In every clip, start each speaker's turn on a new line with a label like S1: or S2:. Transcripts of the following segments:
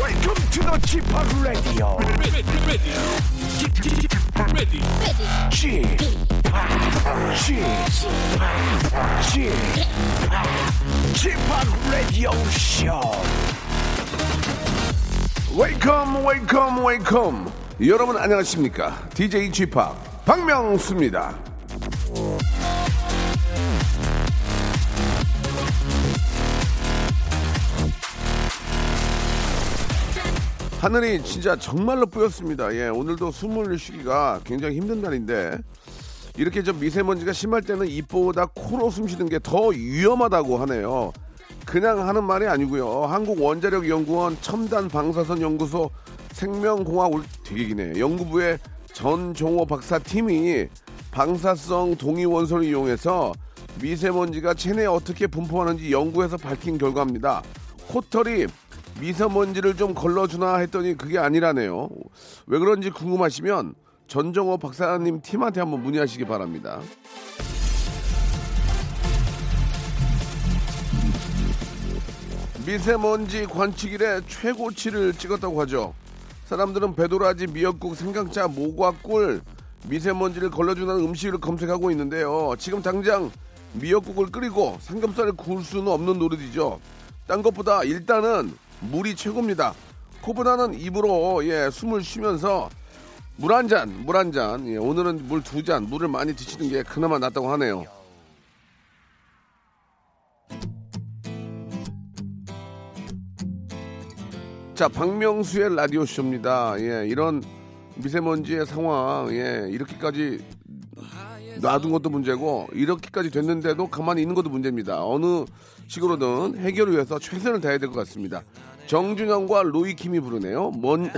S1: Welcome to the g p o p Radio.
S2: ready, ready, ready,
S1: g p o p g p o p p Radio Show.
S3: 웨이컴 웨이컴 웨이컴 여러분 안녕하십니까 DJ g p o p 박명수입니다 하늘이 진짜 정말로 뿌였습니다 예 오늘도 숨을 쉬기가 굉장히 힘든 날인데 이렇게 좀 미세먼지가 심할 때는 입보다 코로 숨쉬는 게 더 위험하다고 하네요. 그냥 하는 말이 아니고요. 한국 원자력 연구원 첨단 방사선 연구소 생명공학 올 되게 기네. 연구부의 전종호 박사 팀이 방사성 동위 원소를 이용해서 미세먼지가 체내에 어떻게 분포하는지 연구해서 밝힌 결과입니다. 코털이 미세먼지를 좀 걸러주나 했더니 그게 아니라네요. 왜 그런지 궁금하시면 전정호 박사님 팀한테 한번 문의하시기 바랍니다. 미세먼지 관측 일에 최고치를 찍었다고 하죠. 사람들은 배도라지, 미역국, 생강차, 모과, 꿀, 미세먼지를 걸러주는 음식을 검색하고 있는데요. 지금 당장 미역국을 끓이고 삼겹살을 구울 수는 없는 노릇이죠. 딴 것보다 일단은 물이 최고입니다. 코보다는 입으로 예, 숨을 쉬면서 물 한 잔, 물 한 잔. 예, 오늘은 물 두 잔, 물을 많이 드시는 게 그나마 낫다고 하네요. 자, 박명수의 라디오 쇼입니다. 예, 이런 미세먼지의 상황, 예, 이렇게까지 놔둔 것도 문제고 이렇게까지 됐는데도 가만히 있는 것도 문제입니다. 어느 식으로든 해결을 위해서 최선을 다해야 될 것 같습니다. 정준영과 로이킴이 부르네요. 먼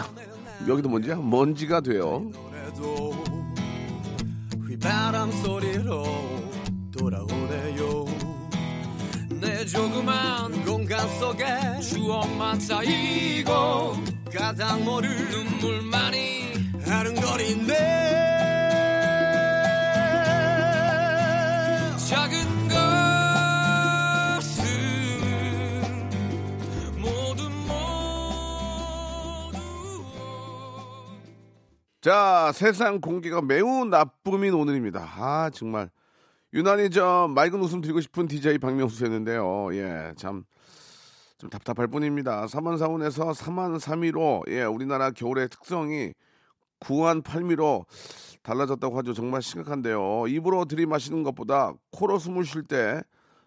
S3: 여기도 먼지야? 먼지가 돼요.
S4: 노래도 휘바람 소리로 돌아오네요 내 조그만 공간 속에
S2: 추억만 쌓이고
S4: 가장 모를
S2: 눈물만이
S4: 아른거리네
S2: 작은 것은 모두 모두
S3: 자, 세상 공기가 매우 나쁨인 오늘입니다. 아, 정말. 유난히 저 맑은 웃음 드리고 싶은 DJ 박명수였는데요. 예, 참. 좀 답답할 뿐입니다. 4만 4원에서 4만 3위로, 예, 우리나라 겨울의 특성이 9한 8미로 달라졌다고 하죠. 정말 심각한데요. 입으로 들이마시는 것보다 코로 숨을 쉴 때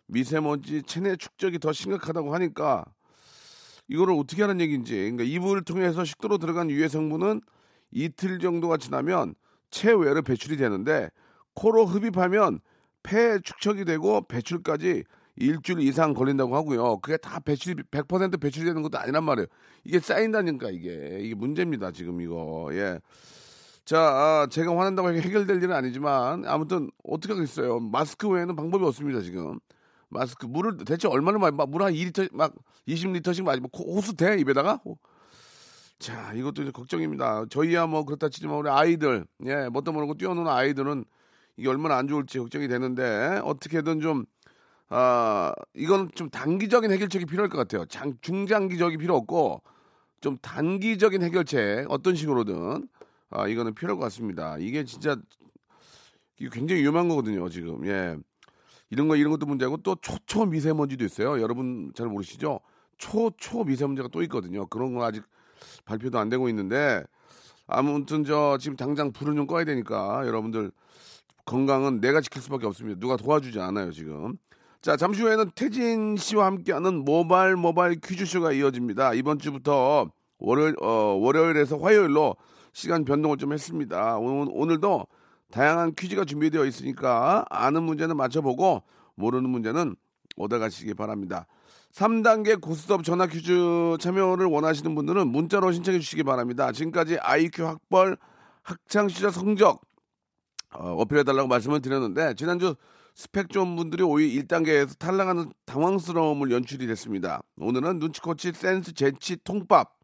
S3: 미세먼지 체내 축적이 더 심각하다고 하니까 이거를 어떻게 하는 얘기인지. 그러니까 입을 통해서 식도로 들어간 유해 성분은 이틀 정도가 지나면 체외로 배출이 되는데 코로 흡입하면 폐에 축척이 되고 배출까지 일주일 이상 걸린다고 하고요. 그게 다 배출이 100% 배출이 되는 것도 아니란 말이에요. 이게 쌓인다니까 이게 이게 문제입니다 지금 이거 예. 자 아, 제가 화난다고 해서 해결될 일은 아니지만 아무튼 어떻게 하겠어요. 마스크 외에는 방법이 없습니다 지금. 마스크 물을 대체 얼마나 많이 물한 2리터 막 20리터씩 마시면 코- 호수 대 입에다가 자, 이것도 이제 걱정입니다. 저희야 뭐 그렇다 치지만 우리 아이들, 예, 뭣도 모르고 뛰어노는 아이들은 이게 얼마나 안 좋을지 걱정이 되는데 어떻게든 좀, 아, 이건 좀 단기적인 해결책이 필요할 것 같아요. 장, 중장기적이 필요 없고 좀 단기적인 해결책 어떤 식으로든 아, 이거는 필요할 것 같습니다. 이게 진짜 이게 굉장히 위험한 거거든요, 지금. 예. 이런 거 이런 것도 문제고 또 초초 미세먼지도 있어요. 여러분 잘 모르시죠? 초초 미세먼지가 또 있거든요. 그런 거 아직 발표도 안 되고 있는데 아무튼 저 지금 당장 불을 좀 꺼야 되니까 여러분들 건강은 내가 지킬 수밖에 없습니다. 누가 도와주지 않아요 지금. 자 잠시 후에는 태진 씨와 함께하는 모발 모발 퀴즈쇼가 이어집니다. 이번 주부터 월요일 어, 월요일에서 화요일로 시간 변동을 좀 했습니다. 오늘, 오늘도 다양한 퀴즈가 준비되어 있으니까 아는 문제는 맞춰보고 모르는 문제는 얻어가시기 바랍니다. 3단계 고스톱 전화 퀴즈 참여를 원하시는 분들은 문자로 신청해 주시기 바랍니다. 지금까지 IQ 학벌 학창시절 성적 어, 어필해달라고 말씀을 드렸는데 지난주 스펙 좋은 분들이 오히려 1단계에서 탈락하는 당황스러움을 연출이 됐습니다. 오늘은 눈치코치 센스 재치 통밥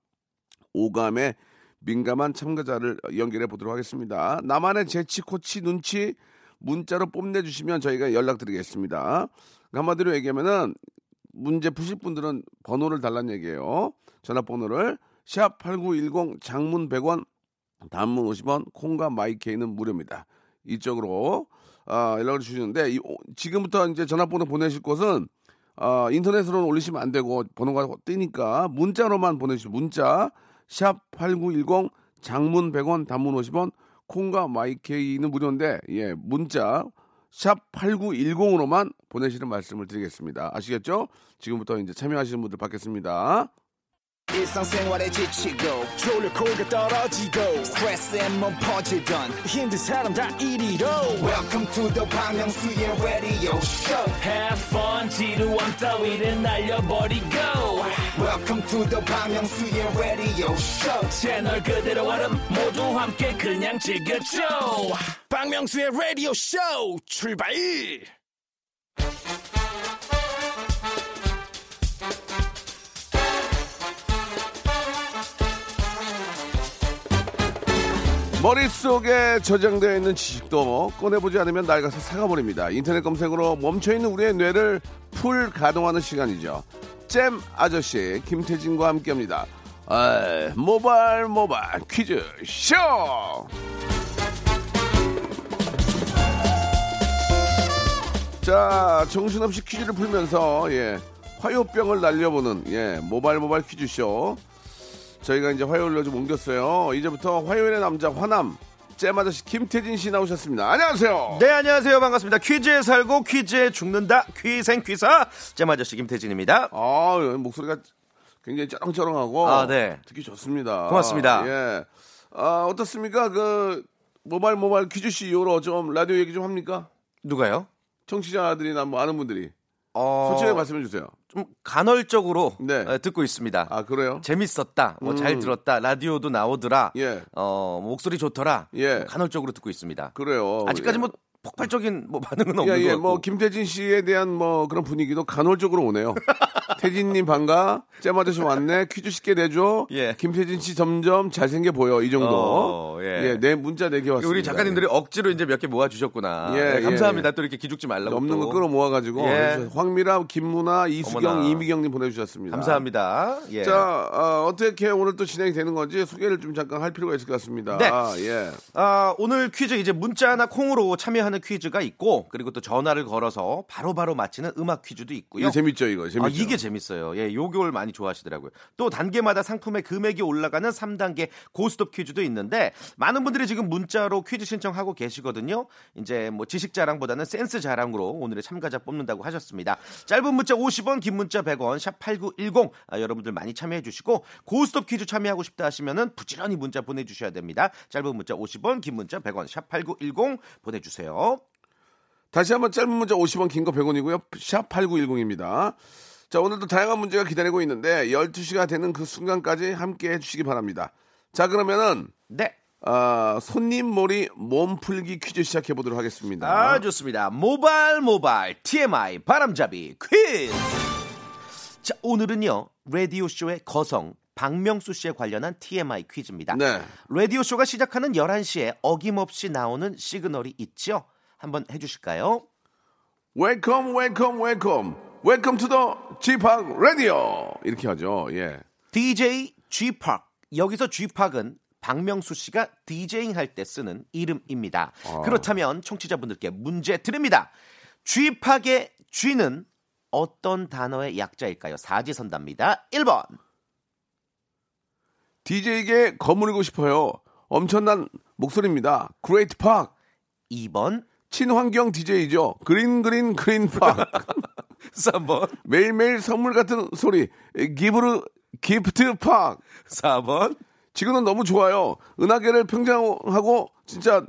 S3: 오감에 민감한 참가자를 연결해 보도록 하겠습니다. 나만의 재치 코치 눈치 문자로 뽐내주시면 저희가 연락드리겠습니다. 한마디로 얘기하면은 문제 푸실 분들은 번호를 달란 얘기예요. 전화번호를 샵 8910 장문 100원 단문 50원 콩과 마이케이는 무료입니다. 이쪽으로 아, 연락을 주시는데 이, 오- 지금부터 이제 전화번호 보내실 곳은 아, 인터넷으로는 올리시면 안 되고 번호가 뜨니까 문자로만 보내주시면 문자 샵 8910 장문 100원 단문 50원 콩과 마이케이는 무료인데 예 문자 샵 8910으로만 보내시는 말씀을 드리겠습니다. 아시겠죠? 지금부터 이제 참여하시는 분들 받겠습니다.
S5: 일상생활에 지치고, 졸려 코가 떨어지고, 스트레스에 몸 퍼지던, 힘든 사람 다 이리로. welcome to the Bang Myung-soo's radio show
S6: Have fun 지루한 따위를 날려버리고
S5: welcome to the Bang Myung-soo's radio show
S6: 채널 그대로 얼음 모두 함께 그냥 즐겨줘
S7: 박명수의 라디오 쇼 출발
S3: 머릿속에 저장되어 있는 지식도 꺼내보지 않으면 낡아서 사가버립니다. 인터넷 검색으로 멈춰있는 우리의 뇌를 풀 가동하는 시간이죠. 잼 아저씨 김태진과 함께합니다. 아, 모발 모발 퀴즈 쇼! 자 정신없이 퀴즈를 풀면서 예 화요병을 날려보는 예 모발 모발 퀴즈 쇼. 저희가 이제 화요일로 좀 옮겼어요. 이제부터 화요일의 남자 화남 잼 아저씨 김태진 씨 나오셨습니다. 안녕하세요.
S8: 네 안녕하세요 반갑습니다 퀴즈에 살고 퀴즈에 죽는다 퀴생 퀴사 잼아저씨 김태진입니다
S3: 아 목소리가 굉장히 쩌렁쩌렁하고
S8: 아, 네.
S3: 듣기 좋습니다.
S8: 고맙습니다.
S3: 예. 아 어떻습니까? 그 모발 모발 퀴즈 씨 이후로 좀 라디오 얘기 좀 합니까?
S8: 누가요?
S3: 청취자들이나 뭐 아는 분들이
S8: 어,
S3: 솔직하게 말씀해 주세요.
S8: 좀 간헐적으로
S3: 네.
S8: 어, 듣고 있습니다
S3: 아 그래요?
S8: 재밌었다 뭐 잘 들었다 라디오도 나오더라
S3: 예.
S8: 어, 목소리 좋더라
S3: 예.
S8: 간헐적으로 듣고 있습니다
S3: 그래요.
S8: 아직까지
S3: 예.
S8: 뭐 폭발적인 뭐 반응은
S3: 예,
S8: 없는
S3: 예,
S8: 것 같고
S3: 뭐 김태진 씨에 대한 뭐 그런 분위기도 간헐적으로 오네요. 태진님 반가, 잼 아저씨 왔네, 퀴즈 쉽게 내줘.
S8: 예.
S3: 김태진 씨 점점 잘생겨 보여 이 정도.
S8: 어, 예.
S3: 내 문자 내게 왔습니다.
S8: 우리 작가님들이 억지로 이제 몇 개 모아주셨구나
S3: 예,
S8: 네,
S3: 예,
S8: 감사합니다
S3: 예.
S8: 또 이렇게 기죽지 말라고
S3: 없는
S8: 또.
S3: 거 끌어 모아가지고
S8: 예.
S3: 해주셔서 황미라, 김문아, 이수경,
S8: 어머나.
S3: 이미경님 보내주셨습니다.
S8: 감사합니다 예.
S3: 자 어, 떻게 오늘 또 진행이 되는 건지 소개를 좀 잠깐 할 필요가 있을 것 같습니다.
S8: 네.
S3: 아, 예.
S8: 아, 오늘 퀴즈 이제 문자나 콩으로 참여하는 퀴즈가 있고 그리고 또 전화를 걸어서 바로바로 맞히는 음악 퀴즈도 있고요.
S3: 이거 재밌죠 이거 재밌죠.
S8: 아, 이게 재밌어요. 예, 요걸 많이 좋아하시더라고요. 또 단계마다 상품의 금액이 올라가는 3단계 고스톱 퀴즈도 있는데 많은 분들이 지금 문자로 퀴즈 신청하고 계시거든요. 이제 뭐 지식 자랑보다는 센스 자랑으로 오늘의 참가자 뽑는다고 하셨습니다. 짧은 문자 50원, 긴 문자 100원, 샵 8910. 아, 여러분들 많이 참여해 주시고 고스톱 퀴즈 참여하고 싶다 하시면은 부지런히 문자 보내 주셔야 됩니다. 짧은 문자 50원, 긴 문자 100원, 샵 8910 보내 주세요.
S3: 다시 한번 짧은 문자 50원, 긴 거 100원이고요. 샵 8910입니다. 자, 오늘도 다양한 문제가 기다리고 있는데 12시가 되는 그 순간까지 함께 해주시기 바랍니다. 자, 그러면은
S8: 네.
S3: 아, 손님 몰이 몸풀기 퀴즈 시작해 보도록 하겠습니다.
S8: 아 좋습니다. 모발 모발 TMI 바람잡이 퀴즈. 자 오늘은요 라디오 쇼의 거성 박명수 씨에 관련한 TMI 퀴즈입니다.
S3: 네.
S8: 라디오 쇼가 시작하는 11시에 어김없이 나오는 시그널이 있죠. 한번 해주실까요?
S3: 웰컴 웰컴 웰컴. 웰컴 투 더 지팍 라디오. 이렇게 하죠. 예.
S8: DJ G Park 여기서 G Park은 박명수 씨가 디제잉 할 때 쓰는 이름입니다. 그렇다면 청취자분들께 문제 드립니다. G Park의 G는 어떤 단어의 약자일까요? 사지선답니다. 1번.
S3: DJ에게 거물고 싶어요. 엄청난 목소리입니다. 그레이트 팍.
S8: 2번.
S3: 친환경 DJ죠. 그린 그린 그린 팍.
S8: 3번.
S3: 매일매일 선물 같은 소리 기브르 기프트 팍
S8: 4번.
S3: 지금은 너무 좋아요 은하계를 평정하고 진짜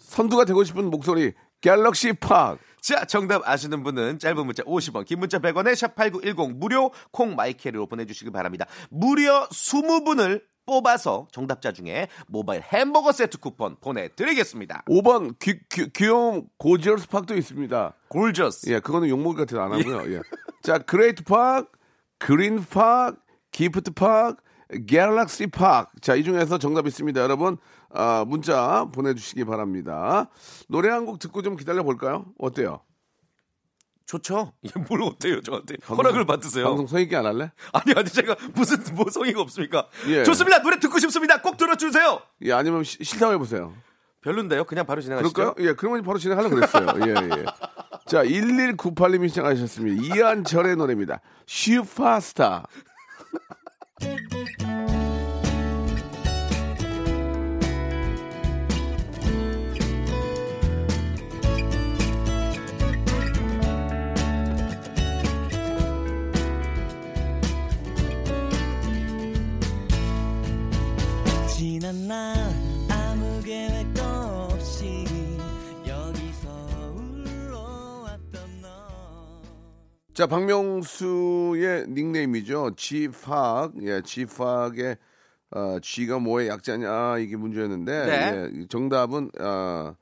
S3: 선두가 되고 싶은 목소리 갤럭시 팍
S8: 자, 정답 아시는 분은 짧은 문자 50원, 긴 문자 100원에 샵8910 무료 콩 마이케리로 보내주시기 바랍니다. 무려 20분을 뽑아서 정답자 중에 모바일 햄버거 세트 쿠폰 보내드리겠습니다.
S3: 5번 귀, 귀, 귀여운 고지얼스 팍도 있습니다
S8: 골저스.
S3: 예 그거는 욕먹을 것 같아서 안 하고요 예. 자 그레이트 팍 그린 팍 기프트 팍 갤럭시 팍. 자, 이 중에서 정답 있습니다. 여러분, 아, 문자 보내주시기 바랍니다. 노래 한 곡 듣고 좀 기다려볼까요? 어때요?
S8: 좋죠. 이게 예, 뭘 어때요 저한테 허락을 받으세요.
S9: 방송 성의기안 할래?
S8: 아니 아니 제가 무슨 뭐 모성이가 없습니까?
S9: 예.
S8: 좋습니다. 노래 듣고 싶습니다. 꼭 들어주세요.
S9: 예, 아니면 시, 실담 해보세요.
S8: 별론데요. 그냥 바로 진행하시죠.
S9: 그럴까요? 예, 그러면 바로 진행하려고 그랬어요. 예, 예. 자, 1198님이 시작하셨습니다. 이한철의 노래입니다. 슈퍼스타.
S10: 지난 날 아무 계획도 없이 여기서 울러왔던 너
S9: 자, 박명수의 닉네임이죠. 지팍. 예, 지팍의 어, G가 뭐의 약자냐 이게 문제였는데
S8: 네.
S9: 예, 정답은 어,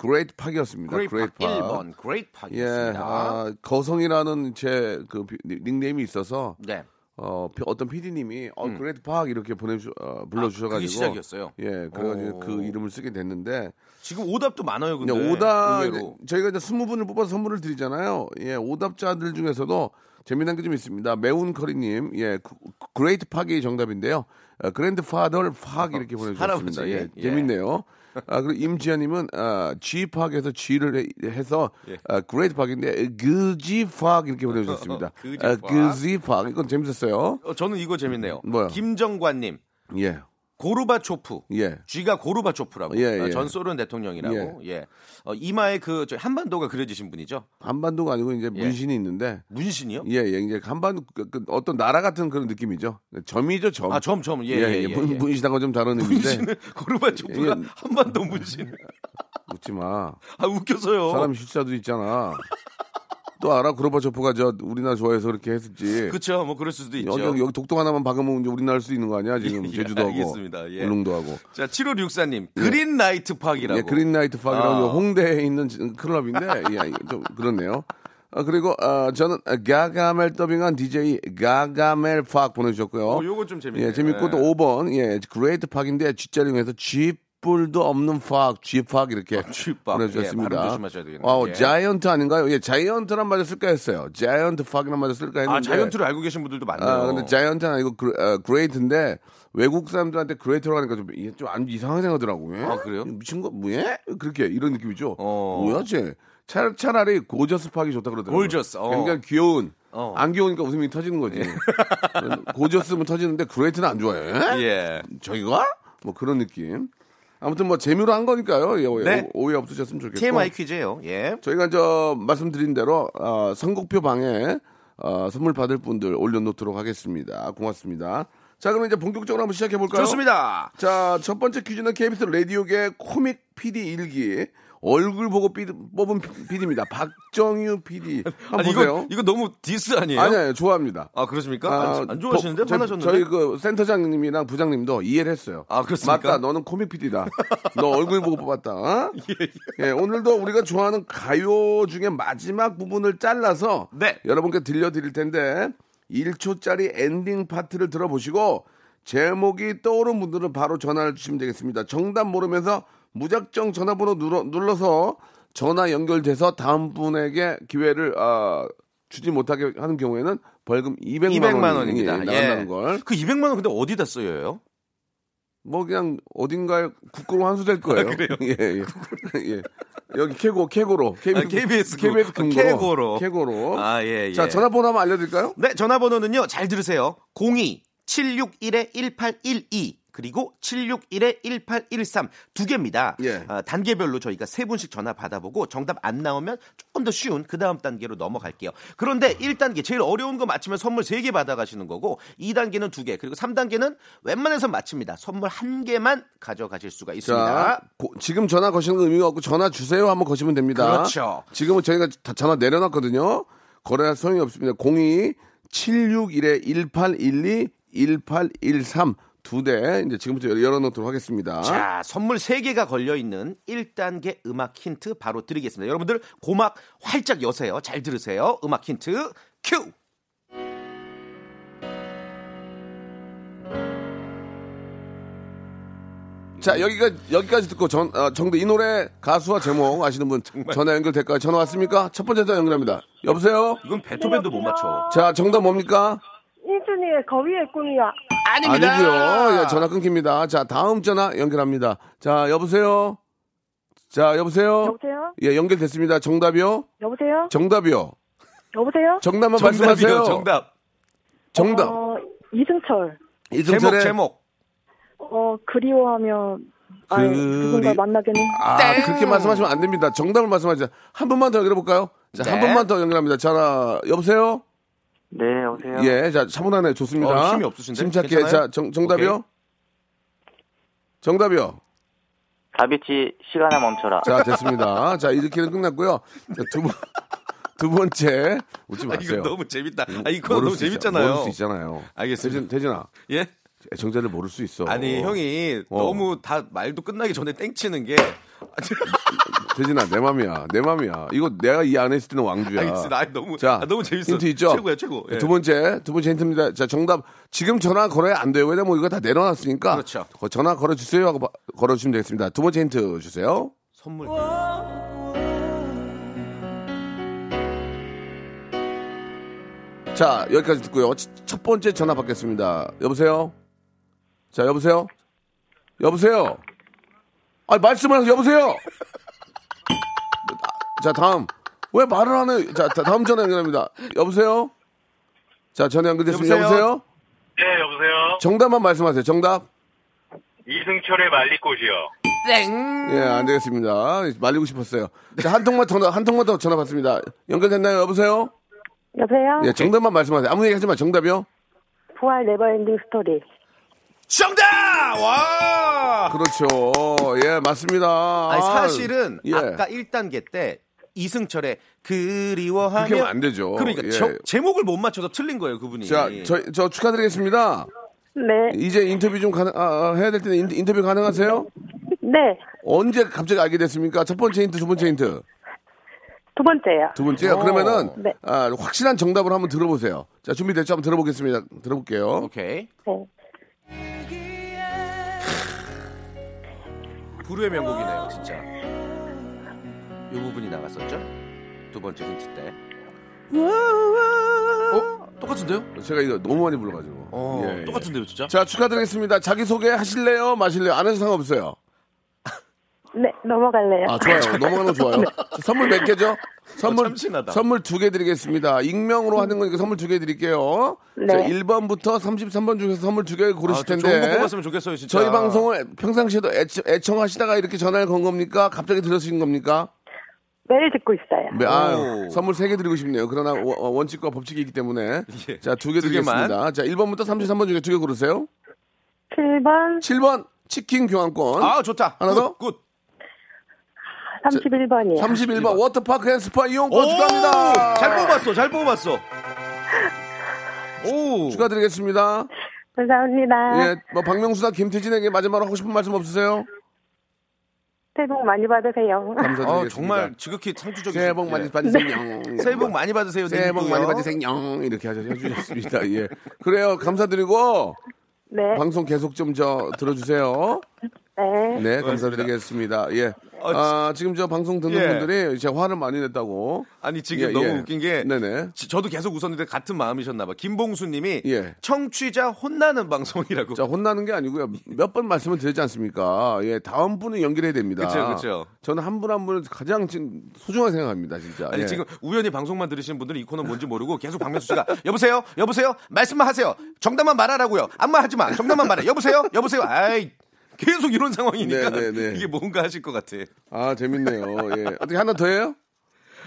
S9: Great Park이었습니다.
S8: 그레이트 팍
S9: Great Park.
S8: 1번 그레이트
S9: 예,
S8: 팍이었습니다.
S9: 아, 거성이라는 제 그 닉네임이 있어서
S8: 네. 음.
S9: 어, 피- 어떤 PD님이 어, 그레이트 팍 이렇게 보내주 어, 불러주셔가지고
S8: 아, 그게 시작이었어요?
S9: 예, 그래가지고
S8: 오.
S9: 그 이름을 쓰게 됐는데
S8: 지금 오답도 많아요. 근데
S9: 그냥 네, 오답
S8: 네,
S9: 네,
S8: 의외로.
S9: 저희가 이제 스무 분을 뽑아서 선물을 드리잖아요. 예, 오답자들 중에서도 재미난 게 좀 있습니다. 매운 커리님, 예, 그- 그레이트 팍이 정답인데요. 어, 그랜드 파더 팍 이렇게 보내주셨습니다.
S8: 어, 할아버지.
S9: 예,
S8: 예.
S9: 재밌네요. 아, 그리고 임지아님은 아, G 팍에서 G를 해, 해서
S8: 예.
S9: 아, 그레이트 팍인데 그지 팍 이렇게 보내주셨습니다.
S8: 그지
S9: 아,
S8: 팍.
S9: 그지 팍 이건 재밌었어요.
S8: 어, 저는 이거 재밌네요.
S9: 뭐요?
S8: 김정관님
S9: 예,
S8: 고르바초프.
S9: 예.
S8: 쥐가 고르바초프라고
S9: 예,
S8: 어,
S9: 예.
S8: 전 소련 대통령이라고 예, 어, 이마에 그 저, 한반도가 그려지신 분이죠
S9: 한반도가 아니고 이제
S8: 예.
S9: 문신이 있는데
S8: 문신이요?
S9: 예, 예, 이제 한반 그, 그 어떤 나라 같은 그런 느낌이죠. 점이죠, 점.
S8: 아점점
S9: 예, 예,
S8: 예예예
S9: 문, 문신하고 좀 다른 의미인데
S8: 문신을 고르바초프가
S9: 예.
S8: 한반도 문신
S9: 웃지 마.
S8: 아 웃겨서요
S9: 사람 실사도 있잖아. 또 알아? 고르바초프가 저 우리나라 좋아해서 그렇게 했었지.
S8: 그쵸 뭐 그럴 수도 있죠
S9: 여기 여기 독도 하나만 박으면 이제 우리나라 할 수 있는 거 아니야 지금
S8: 예,
S9: 제주도하고
S8: 알겠습니다. 예.
S9: 울릉도하고.
S8: 자 7564님 그린나이트 팍이라고
S9: 예, 그린나이트 파크라고
S8: 아.
S9: 홍대에 있는 지- 클럽인데 예, 좀 그렇네요. 아, 그리고 아, 저는 가가멜 더빙한 DJ 가가멜 팍 보내주셨고요.
S8: 어, 요거 좀 재밌네요
S9: 예, 재밌고 또 5번 예, 그레이트 팍인데 쥐자리에서 쥐뿔도 없는 팍, 쥐팍 이렇게
S8: 아, 쥐팍.
S9: 보내주셨습니다.
S8: 예, 발음 조심하셔야 되겠네요.
S9: 와우,
S8: 예.
S9: 자이언트 아닌가요? 예, 자이언트란 말을 쓸까 했어요. 자이언트 팍이란 말을 쓸까 했는데.
S8: 아 자이언트를 알고 계신 분들도 많네요
S9: 네. 아, 근데 자이언트는 아니고 그, 어, 그레이트인데 외국 사람들한테 그레이트라고 하니까 좀, 이게 좀 안- 이상하게 생각하더라고요. 예?
S8: 아, 그래요?
S9: 미친 거, 뭐예? 그렇게 이런 느낌이죠.
S8: 어.
S9: 뭐야, 쟤? 차, 차라리 고저스 팍이 좋다 그러더라고요.
S8: 골저스, 어.
S9: 굉장히 귀여운.
S8: 어. 예.
S9: 안 귀여우니까 웃음이 터지는 거지. 고저스면 터지는데 그레이트는 안 좋아해. 예?
S8: 예
S9: 저희가? 뭐 그런 느낌. 아무튼 뭐 재미로 한 거니까요. 예, 오해,
S8: 네.
S9: 오해 없으셨으면 좋겠고.
S8: TMI 퀴즈예요 예
S9: 저희가 저 말씀드린 대로 어, 선곡표 방에 어, 선물 받을 분들 올려놓도록 하겠습니다. 고맙습니다. 자, 그럼 이제 본격적으로 한번 시작해 볼까요?
S8: 좋습니다
S9: 자, 첫 번째 퀴즈는 KBS 라디오계 코믹 PD 일기 얼굴 보고 삐- 뽑은 PD입니다. 박정유 PD 한번
S8: 아니,
S9: 보세요.
S8: 이거, 이거 너무 디스 아니에요?
S9: 아니, 아니, 좋아합니다.
S8: 아 그렇습니까? 안- 안, 좋아하시는데?
S9: 보- 저-
S8: 화나셨는데?
S9: 저희 그 센터장님이랑 부장님도 이해를 했어요.
S8: 아, 그렇습니까?
S9: 맞다, 너는 코믹 PD다. 너 얼굴 보고 뽑았다. 어? 예, 오늘도 우리가 좋아하는 가요 중에 마지막 부분을 잘라서
S8: 네.
S9: 여러분께 들려드릴 텐데 1초짜리 엔딩 파트를 들어보시고 제목이 떠오른 분들은 바로 전화를 주시면 되겠습니다. 정답 모르면서 무작정 전화번호 눌러, 서 전화 연결돼서 다음 분에게 기회를 아, 주지 못하게 하는 경우에는 벌금 200만,
S8: 200만
S9: 원이
S8: 원입니다.
S9: 나간다는 걸.
S8: 그 200만 원 근데 어디다 써요?
S9: 뭐 그냥 어딘가에 국고로 환수될 거예요.
S8: 아, 그래요? 아,
S9: 예, 예. 예. 여기 캐고 캐고로 KBS,
S8: KBS 국-
S9: KBS 금고로
S8: 캐고로.
S9: 캐고로.
S8: 그 아, 예, 예.
S9: 자 전화번호 한번 알려드릴까요?
S8: 네, 전화번호는요. 잘 들으세요. 02 761의 1812 그리고 761의 1813 두 개입니다.
S9: 예.
S8: 아, 단계별로 저희가 세 분씩 전화 받아보고 정답 안 나오면 조금 더 쉬운 그 다음 단계로 넘어갈게요. 그런데 1단계 제일 어려운 거 맞히면 선물 3개 받아가시는 거고 2단계는 2개 그리고 3단계는 웬만해서 맞춥니다. 선물 한개만 가져가실 수가 있습니다.
S9: 자 고- 지금 전화 거시는 건 의미가 없고 전화 주세요 한번 거시면 됩니다.
S8: 그렇죠.
S9: 지금은 저희가 다 전화 내려놨거든요. 거래할 소용이 없습니다. 02 761의 1812 1813 두 대 이제 지금부터 열- 열어놓도록 하겠습니다.
S8: 자, 선물 3개가 걸려있는 1단계 음악 힌트 바로 드리겠습니다. 여러분들 고막 활짝 여세요. 잘 들으세요. 음악 힌트 큐!
S9: 자 여기가 여기까지 듣고 전 어, 아, 정도 이 노래 가수와 제목 아시는 분 전화 연결될까요? 전화 왔습니까? 첫 번째 전화 연결합니다. 여보세요?
S8: 이건 베토벤도 못 맞춰.
S9: 자, 정답 뭡니까?
S11: 인순이의 거위의 꿈이야.
S8: 아닙니다.
S9: 아니고요. 예, 전화 끊깁니다. 자, 다음 전화 연결합니다. 자, 여보세요? 자, 여보세요?
S11: 여보세요?
S9: 예, 연결됐습니다. 정답이요?
S11: 여보세요?
S9: 정답이요.
S11: 여보세요?
S9: 정답만
S8: 정답이요.
S9: 말씀하세요.
S8: 정답.
S9: 정답.
S11: 어, 이승철.
S9: 이승철의
S8: 제목 제목.
S11: 어, 그리워하며 아,
S9: 그리-
S11: 누군가 만나게는
S9: 아, 그렇게 말씀하시면 안 됩니다. 정답을 말씀하자. 한 번만 더 연결해 볼까요? 자, 한
S8: 네.
S9: 번만 더 연결합니다. 전화 여보세요?
S12: 네, 여보세요.
S9: 예, 자, 차분하네. 좋습니다.
S8: 어, 힘이 없으신데?
S9: 침착해.
S8: 괜찮아요?
S9: 자, 정, 정답이요?
S8: 오케이.
S9: 정답이요?
S12: 다비치 시간아 멈춰라.
S9: 자, 됐습니다. 자, 이렇게는 끝났고요. 자, 두 번, 두 번째. 웃지
S8: 아, 이거
S9: 마세요. 음,
S8: 너무 재밌다. 아, 이거
S9: 모를
S8: 너무
S9: 수 있어.
S8: 재밌잖아요.
S9: 모를 수 있잖아요.
S8: 알겠습니다.
S9: 대진, 대진아,
S8: 예?
S9: 애청자를 모를 수 있어.
S8: 아니 형이
S9: 어.
S8: 너무 다 말도 끝나기 전에 땡치는 게
S9: 대진아, 내 맘이야. 내 맘이야. 이거 내가 이 안에 있을 때는 왕주야.
S8: 알겠습니다. 아, 너무 아, 너무 재밌어.
S9: 힌트 있죠?
S8: 최고야 최고. 예.
S9: 두 번째, 두 번째 힌트입니다. 자, 정답. 지금 전화 걸어야 안 돼요. 왜냐면 이거 다 내려놨으니까.
S8: 그렇죠.
S9: 거- 전화 걸어주세요 하고 바- 걸어주시면 되겠습니다. 두 번째 힌트 주세요.
S8: 선물.
S9: 자, 여기까지 듣고요. 어, 치- 첫 번째 전화 받겠습니다. 여보세요? 자, 여보세요? 여보세요? 아, 말씀을 하세요. 여보세요? 자, 다음. 왜 말을 안 해요? 자, 다- 다음 전화 연결합니다. 여보세요? 자, 전화 연결됐습니다.
S8: 여보세요?
S9: 여보세요?
S13: 네, 여보세요.
S9: 정답만 말씀하세요. 정답.
S13: 이승철의 말리꽃이요.
S9: 예, 안 되겠습니다. 말리고 싶었어요. 자, 한 통만 전화, 한 통만 더 전화 받습니다. 연결됐나요? 여보세요?
S11: 여보세요?
S13: 네.
S9: 예, 정답만 말씀하세요. 아무 얘기 하지 마. 정답이요?
S11: 부활 네버엔딩 스토리.
S8: 정답! 와!
S9: 그렇죠. 예, 맞습니다.
S8: 아니, 사실은
S9: 예.
S8: 아까 1단계 때 이승철의 그리워하면
S9: 그렇게 하면 안 되죠.
S8: 그러니까
S9: 예.
S8: 저- 제목을 못 맞춰서 틀린 거예요, 그분이.
S9: 자, 저, 저 축하드리겠습니다.
S11: 네.
S9: 이제 인터뷰 좀 가능, 아, 아, 해야 될 텐데, 인- 인터뷰 가능하세요?
S11: 네.
S9: 언제 갑자기 알게 됐습니까? 첫 번째 힌트, 두 번째 힌트.
S11: 두 번째요.
S9: 두 번째요?
S8: 오.
S9: 그러면은,
S11: 네.
S9: 아, 확실한 정답을 한번 들어보세요. 자, 준비됐죠? 한번 들어보겠습니다. 들어볼게요.
S8: 오케이.
S11: 네.
S8: 부르의 명곡이네요, 진짜. 이 부분이 나갔었죠? 두 번째 힌트 때. 어? 똑같은데요?
S9: 제가 이거 너무 많이 불러가지고.
S8: 어,
S9: 예, 예.
S8: 똑같은데요, 진짜?
S9: 자, 축하드리겠습니다. 자기소개 하실래요? 마실래요? 안 해도 상관없어요.
S11: 네, 넘어갈래요.
S9: 아, 좋아요. 넘어가는 거 좋아요. 자, 선물 몇 개죠? 선물,
S8: 어, 네. 참신하다.
S9: 선물 두 개 드리겠습니다. 익명으로 하는 거니까 선물 두 개 드릴게요.
S11: 네.
S9: 자, 1번부터 33번 중에서 선물 두 개 고르실
S8: 좀
S9: 텐데.
S8: 아, 좋은 거 뽑았으면 좋겠어요, 진짜.
S9: 저희 방송을 평상시에도 애청, 하시다가 이렇게 전화를 건 겁니까? 갑자기 들으신 겁니까?
S11: 매일 듣고 있어요.
S9: 네, 아유,
S8: 오.
S9: 선물 세 개 드리고 싶네요. 그러나 원- 원칙과 법칙이 있기 때문에.
S8: 예.
S9: 자, 두 개
S8: 두 개만.
S9: 드리겠습니다. 자, 1번부터 33번 중에 두 개 고르세요.
S11: 7번,
S9: 7번, 치킨 교환권.
S8: 아, 좋다.
S9: 하나 더?
S8: 굿, 굿.
S11: 31번이요.
S9: 31번, 워터파크 앤 스파 이용권
S8: 오!
S9: 축하합니다.
S8: 잘 뽑았어, 잘 뽑았어. 오,
S9: 축하드리겠습니다.
S11: 감사합니다.
S9: 예, 뭐 박명수나 김태진에게 마지막으로 하고 싶은 말씀 없으세요?
S11: 새해 복 많이 받으세요.
S9: 감사드리겠습니다.
S8: 아, 정말 지극히 상투적이세요.
S9: 새해 복 많이 받으세요.
S8: 새해 복 많이 받으세요.
S9: 새해 복
S8: 님도요.
S9: 많이 받으세요. 이렇게 하셔- 해주셨습니다. 예, 그래요. 감사드리고
S11: 네.
S9: 방송 계속 좀 저 들어주세요.
S11: 네.
S9: 네, 감사드리겠습니다. 예. 아, 지금 저 방송 듣는
S8: 어, 예.
S9: 분들이 제 화를 많이 냈다고.
S8: 아니 지금
S9: 예,
S8: 너무
S9: 예.
S8: 웃긴 게
S9: 네네.
S8: 지- 저도 계속 웃었는데 같은 마음이셨나봐. 김봉수님이
S9: 예.
S8: 청취자 혼나는 방송이라고.
S9: 자, 혼나는 게 아니고요. 몇 번 말씀을 드리지 않습니까? 예, 다음 분을 연결해야 됩니다.
S8: 그쵸, 그쵸.
S9: 저는 한 분 한 분을 가장 진- 소중하게 생각합니다, 진짜.
S8: 아니
S9: 예.
S8: 지금 우연히 방송만 들으시는 분들은 이 코너 뭔지 모르고 계속 박명수 씨가 여보세요, 여보세요, 말씀만 하세요. 정답만 말하라고요. 아무 말 하지 마. 정답만 말해. 여보세요, 여보세요. 아이 계속 이런 상황이니까
S9: 네, 네, 네.
S8: 이게 뭔가 하실 것 같아.
S9: 아 재밌네요. 예. 어떻게 하나 더 해요?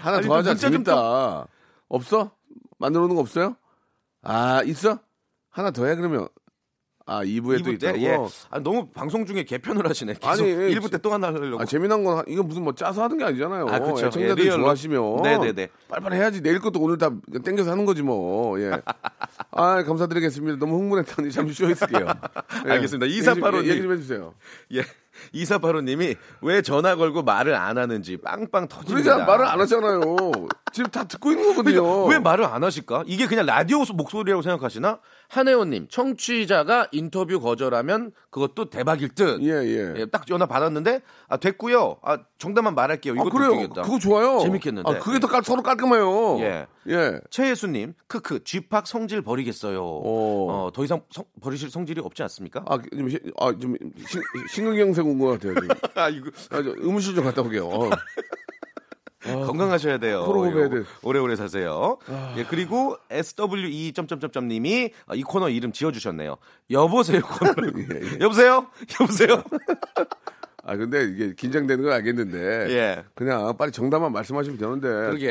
S9: 하나
S8: 아니,
S9: 더 하자.
S8: 문자 좀
S9: 재밌다. 없어? 만들어 놓은 거 없어요? 아 있어? 하나 더 해 그러면. 아 2부에 또
S8: 이부 때
S9: 있다고.
S8: 예. 아, 너무 방송 중에 개편을 하시네. 계속
S9: 아니, 예,
S8: 1부 때 또 하나 하려고.
S9: 아 재미난 건 하- 이거 무슨 뭐 짜서 하는 게 아니잖아요.
S8: 아, 그쵸.
S9: 예, 청자들이
S8: 예, 리얼로.
S9: 좋아하시면
S8: 네네네.
S9: 빨리빨리 해야지. 내일 것도 오늘 다 땡겨서 하는 거지 뭐. 예. 아 감사드리겠습니다. 너무 흥분했더니 잠시 쉬어 있을게요. 예.
S8: 알겠습니다.
S9: 얘기 좀-
S8: 이사파로
S9: 얘기 좀 해주세요.
S8: 예. 이사바로님이 왜 전화 걸고 말을 안 하는지 빵빵 터집니다.
S9: 그러니까 말을 안 하잖아요. 지금 다 듣고 있는 거거든요.
S8: 그러니까 왜 말을 안 하실까? 이게 그냥 라디오 목소리라고 생각하시나? 한혜원님 청취자가 인터뷰 거절하면 그것도 대박일 듯.
S9: 예예.
S8: 딱 전화 받았는데 아 됐고요. 아 정답만 말할게요. 이것도
S9: 그래요.
S8: 웃기겠다.
S9: 그거 좋아요.
S8: 재밌겠는데.
S9: 아, 그게 더 깔, 서로 깔끔해요.
S8: 예.
S9: 예.
S8: 최예수님, 크크, 쥐팍 성질 버리겠어요. 어, 더 이상 성- 버리실 성질이 없지 않습니까?
S9: 아, 좀, 시- 아, 좀 신, 신경경색 온 것 같아요. 지금.
S8: 아, 이거.
S9: 아, 저 의무실 좀 갔다 올게요. 어.
S8: 아, 건강하셔야 돼요.
S9: 코로 호흡해야 돼.
S8: 오래오래 사세요. 예, 그리고 SWE 점점점점님이 아, 이 코너 이름 지어주셨네요. 여보세요 코너. 여보세요? 여보세요?
S9: 아, 근데 이게 긴장되는 건 알겠는데.
S8: 예.
S9: 그냥 빨리 정답만 말씀하시면 되는데.
S8: 그러게.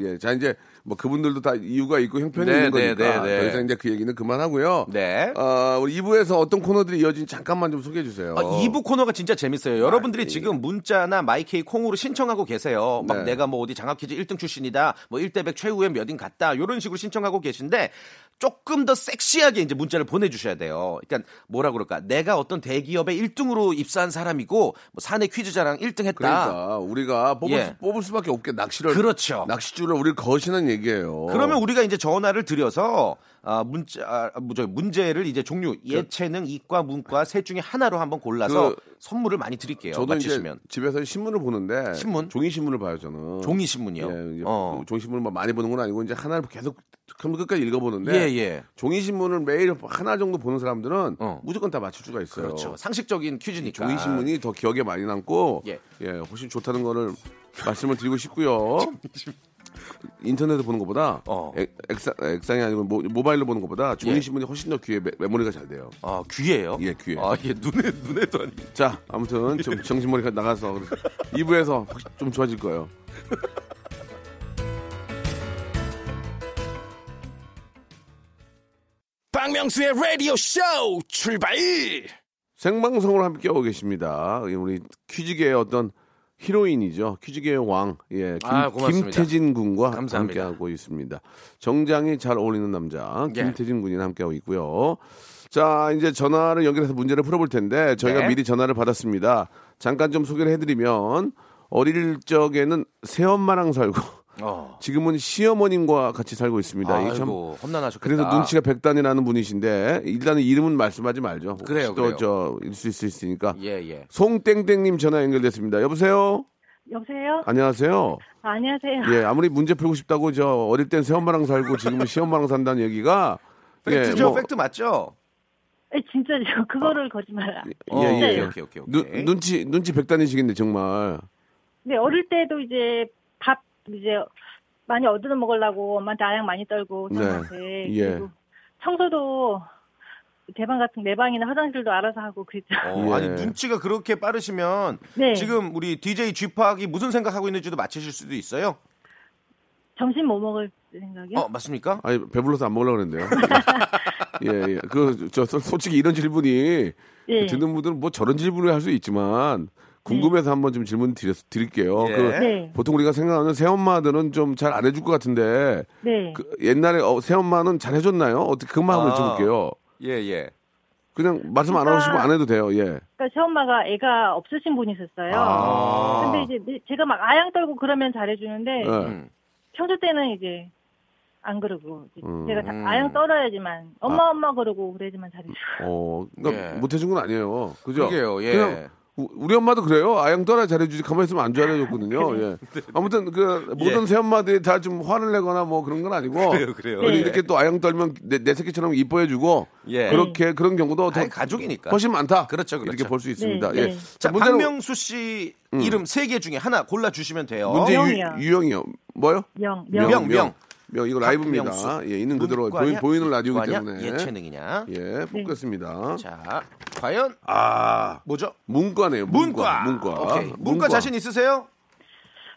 S9: 예. 자, 이제 뭐 그분들도 다 이유가 있고 형편이
S8: 네,
S9: 있는
S8: 네,
S9: 거니까.
S8: 네, 네.
S9: 더 이상 이제 그 얘기는 그만하고요.
S8: 네.
S9: 어, 우리 2부에서 어떤 코너들이 이어진지 잠깐만 좀 소개해 주세요.
S8: 아, 2부 코너가 진짜 재밌어요. 여러분들이 지금 문자나 마이케이 콩으로 신청하고 계세요. 막
S9: 아, 예. 네.
S8: 내가 뭐 어디 장학퀴즈 1등 출신이다. 뭐 1대100 최후의 몇인 같다. 이런 식으로 신청하고 계신데 조금 더 섹시하게 이제 문자를 보내주셔야 돼요. 그러니까 뭐라 그럴까. 내가 어떤 대기업의 1등으로 입사한 사람이고 뭐 사내 퀴즈자랑 1등 했다.
S9: 그러니까 우리가 뽑을,
S8: 예.
S9: 수, 뽑을 수밖에 없게 낚시를
S8: 그렇죠.
S9: 낚싯줄을 우리 거시는 얘기예요.
S8: 그러면 우리가 이제 전화를 드려서 아, 문자 아, 뭐, 저 문제를 이제 종류 예체능 이과 문과 셋 중에 하나로 한번 골라서
S9: 그-
S8: 선물을 많이 드릴게요.
S9: 저도
S8: 어, 맞히시면.
S9: 이제 집에서 신문을 보는데
S8: 신문?
S9: 종이 신문을 봐요 저는
S8: 종이 신문이요?
S9: 예, 이제
S8: 어.
S9: 그 종이 신문을 뭐 많이 보는 건 아니고 이제 하나를 계속 처음 끝까지 읽어보는데
S8: 예, 예.
S9: 종이 신문을 매일 하나 정도 보는 사람들은 무조건 다 맞출 수가 있어요.
S8: 그렇죠. 상식적인 퀴즈니까.
S9: 종이 신문이 더 기억에 많이 남고
S8: 예.
S9: 예. 훨씬 좋다는 거를 말씀을 드리고 싶고요. 인터넷에 보는 것보다 액- 액상, 액상이 아니고 모, 모바일로 보는 것보다 종이
S8: 어. 예.
S9: 신문이 훨씬 더 귀에 메, 메모리가 잘 돼요.
S8: 아 귀에요?
S9: 예, 귀에.
S8: 아, 예, 눈에 눈에도 아니.
S9: 자, 아무튼 좀 정신머리가 나가서 2부에서 좀 좋아질 거예요.
S14: 박명수의 라디오 쇼 출발!
S9: 생방송으로 함께하고 계십니다. 예, 우리 퀴즈계의 어떤 히로인이죠. 퀴즈계의 왕, 예, 김,
S8: 아, 고맙습니다.
S9: 김태진 군과
S8: 감사합니다.
S9: 함께하고 있습니다. 정장이 잘 어울리는 남자
S8: 예.
S9: 김태진 군이 함께하고 있고요. 자, 이제 전화를 연결해서 문제를 풀어볼 텐데 저희가
S8: 네.
S9: 미리 전화를 받았습니다. 잠깐 좀 소개를 해드리면 어릴 적에는 새엄마랑 살고
S8: 어.
S9: 지금은 시어머님과 같이 살고 있습니다. 이게 참
S8: 아이고 험난하셨겠다.
S9: 그래서 눈치가 백단이라는 분이신데 일단은 이름은 말씀하지 말죠. 혹시
S8: 그래요,
S9: 또
S8: 그래요.
S9: 저 일수 있을 수 있으니까.
S8: 예, 예.
S9: 송땡땡님 전화 연결됐습니다. 여보세요.
S15: 여보세요?
S9: 안녕하세요.
S15: 아, 안녕하세요.
S9: 예, 아무리 문제 풀고 싶다고 저 어릴 땐 새엄마랑 살고 지금은 시엄마랑 산다는 얘기가 예, 뭐
S8: 팩트죠, 팩트 맞죠?
S15: 에, 진짜 저 그거를 거짓말.
S9: 예, 예.
S15: 진짜예요.
S8: 어, 오케이, 오케이,
S9: 눈, 눈치 눈치 백단이시겠네 정말.
S15: 근데 어릴 때도 이제 밥 이제 많이 얻어 먹으려고 엄마한테 아양 많이 떨고
S9: 네.
S15: 엄마한테
S9: 예.
S15: 그리고 청소도 제 방 같은 내 방이나 화장실도 알아서 하고 그랬죠.
S8: 어,
S9: 예.
S8: 아니 눈치가 그렇게 빠르시면
S15: 네.
S8: 지금 우리 DJ 쥐팍이 무슨 생각하고 있는지도 맞히실 수도 있어요.
S15: 점심 뭐 먹을 생각이요?
S8: 어, 맞습니까?
S9: 아니 배불러서 안 먹으려고 그랬는데요. 예, 예. 그 저 솔직히 이런 질문이
S15: 예.
S9: 듣는 분들은 뭐 저런 질문을 할 수 있지만 궁금해서 한번 좀 질문 드릴게요
S8: 예.
S9: 그
S8: 네.
S9: 보통 우리가 생각하는 새엄마들은 좀 잘 안 해줄 것 같은데
S15: 네.
S9: 그 옛날에 어, 새엄마는 잘 해줬나요? 어떻게 그만 한번
S8: 아.
S9: 여쭤볼게요.
S8: 예, 예.
S9: 그냥 말씀 안 하시고 안 해도 돼요.
S8: 네.
S9: 예.
S15: 그러니까 시엄마가 애가 없으신 분이셨어요.
S9: 아.
S15: 근데 이제 내- 제가 막 아양 떨고 그러면 잘해주는데
S8: 음.
S9: 예.
S15: 평소 때는 이제 안 그러고 이제
S9: 음. 아.
S15: 제가 다 아양 떨어야지만 엄마 엄마 그러고 그래야지만 잘해줘.
S9: 어, 그러니까
S8: 예.
S9: 못 해준 건 아니에요. 그죠?
S8: 그러게요, 예.
S9: 그냥 우- 우리 엄마도 그래요. 아양 떠나 잘해주지 가만히 있으면 안 잘해줬거든요. 예. 아무튼 그 모든
S8: 네. 예.
S9: 새엄마들이 다 좀 화를 내거나 뭐 그런 건 아니고
S8: 그래요, 그래요.
S9: 근데
S8: 네.
S9: 이렇게 또 아양 떨면 내, 내 새끼처럼 이뻐해주고
S8: 예.
S9: 그렇게 그런 경우도 더
S8: 아이, 가족이니까.
S9: 훨씬 많다.
S8: 그렇죠, 그렇죠.
S9: 이렇게 볼 수 있습니다.
S8: 네,
S9: 예.
S8: 네. 자, 박명수 씨 이름 세 개 중에 하나 골라 주시면 돼요.
S9: 음. 문제 유, 유형이요. 뭐요?
S15: 명,
S8: 명. 명, 명.
S9: 명, 이거 라이브입니다.
S8: 박명수.
S9: 예, 있는 그대로
S8: 문과냐?
S9: 보이, 보이는 라디오이기
S8: 이과냐?
S9: 때문에
S8: 예체능이냐?
S9: 예, 뽑겠습니다.
S8: 자, 과연
S9: 아,
S8: 뭐죠?
S9: 문과네요. 문과. 문과.
S8: 오케이. 문과, 자신 있으세요?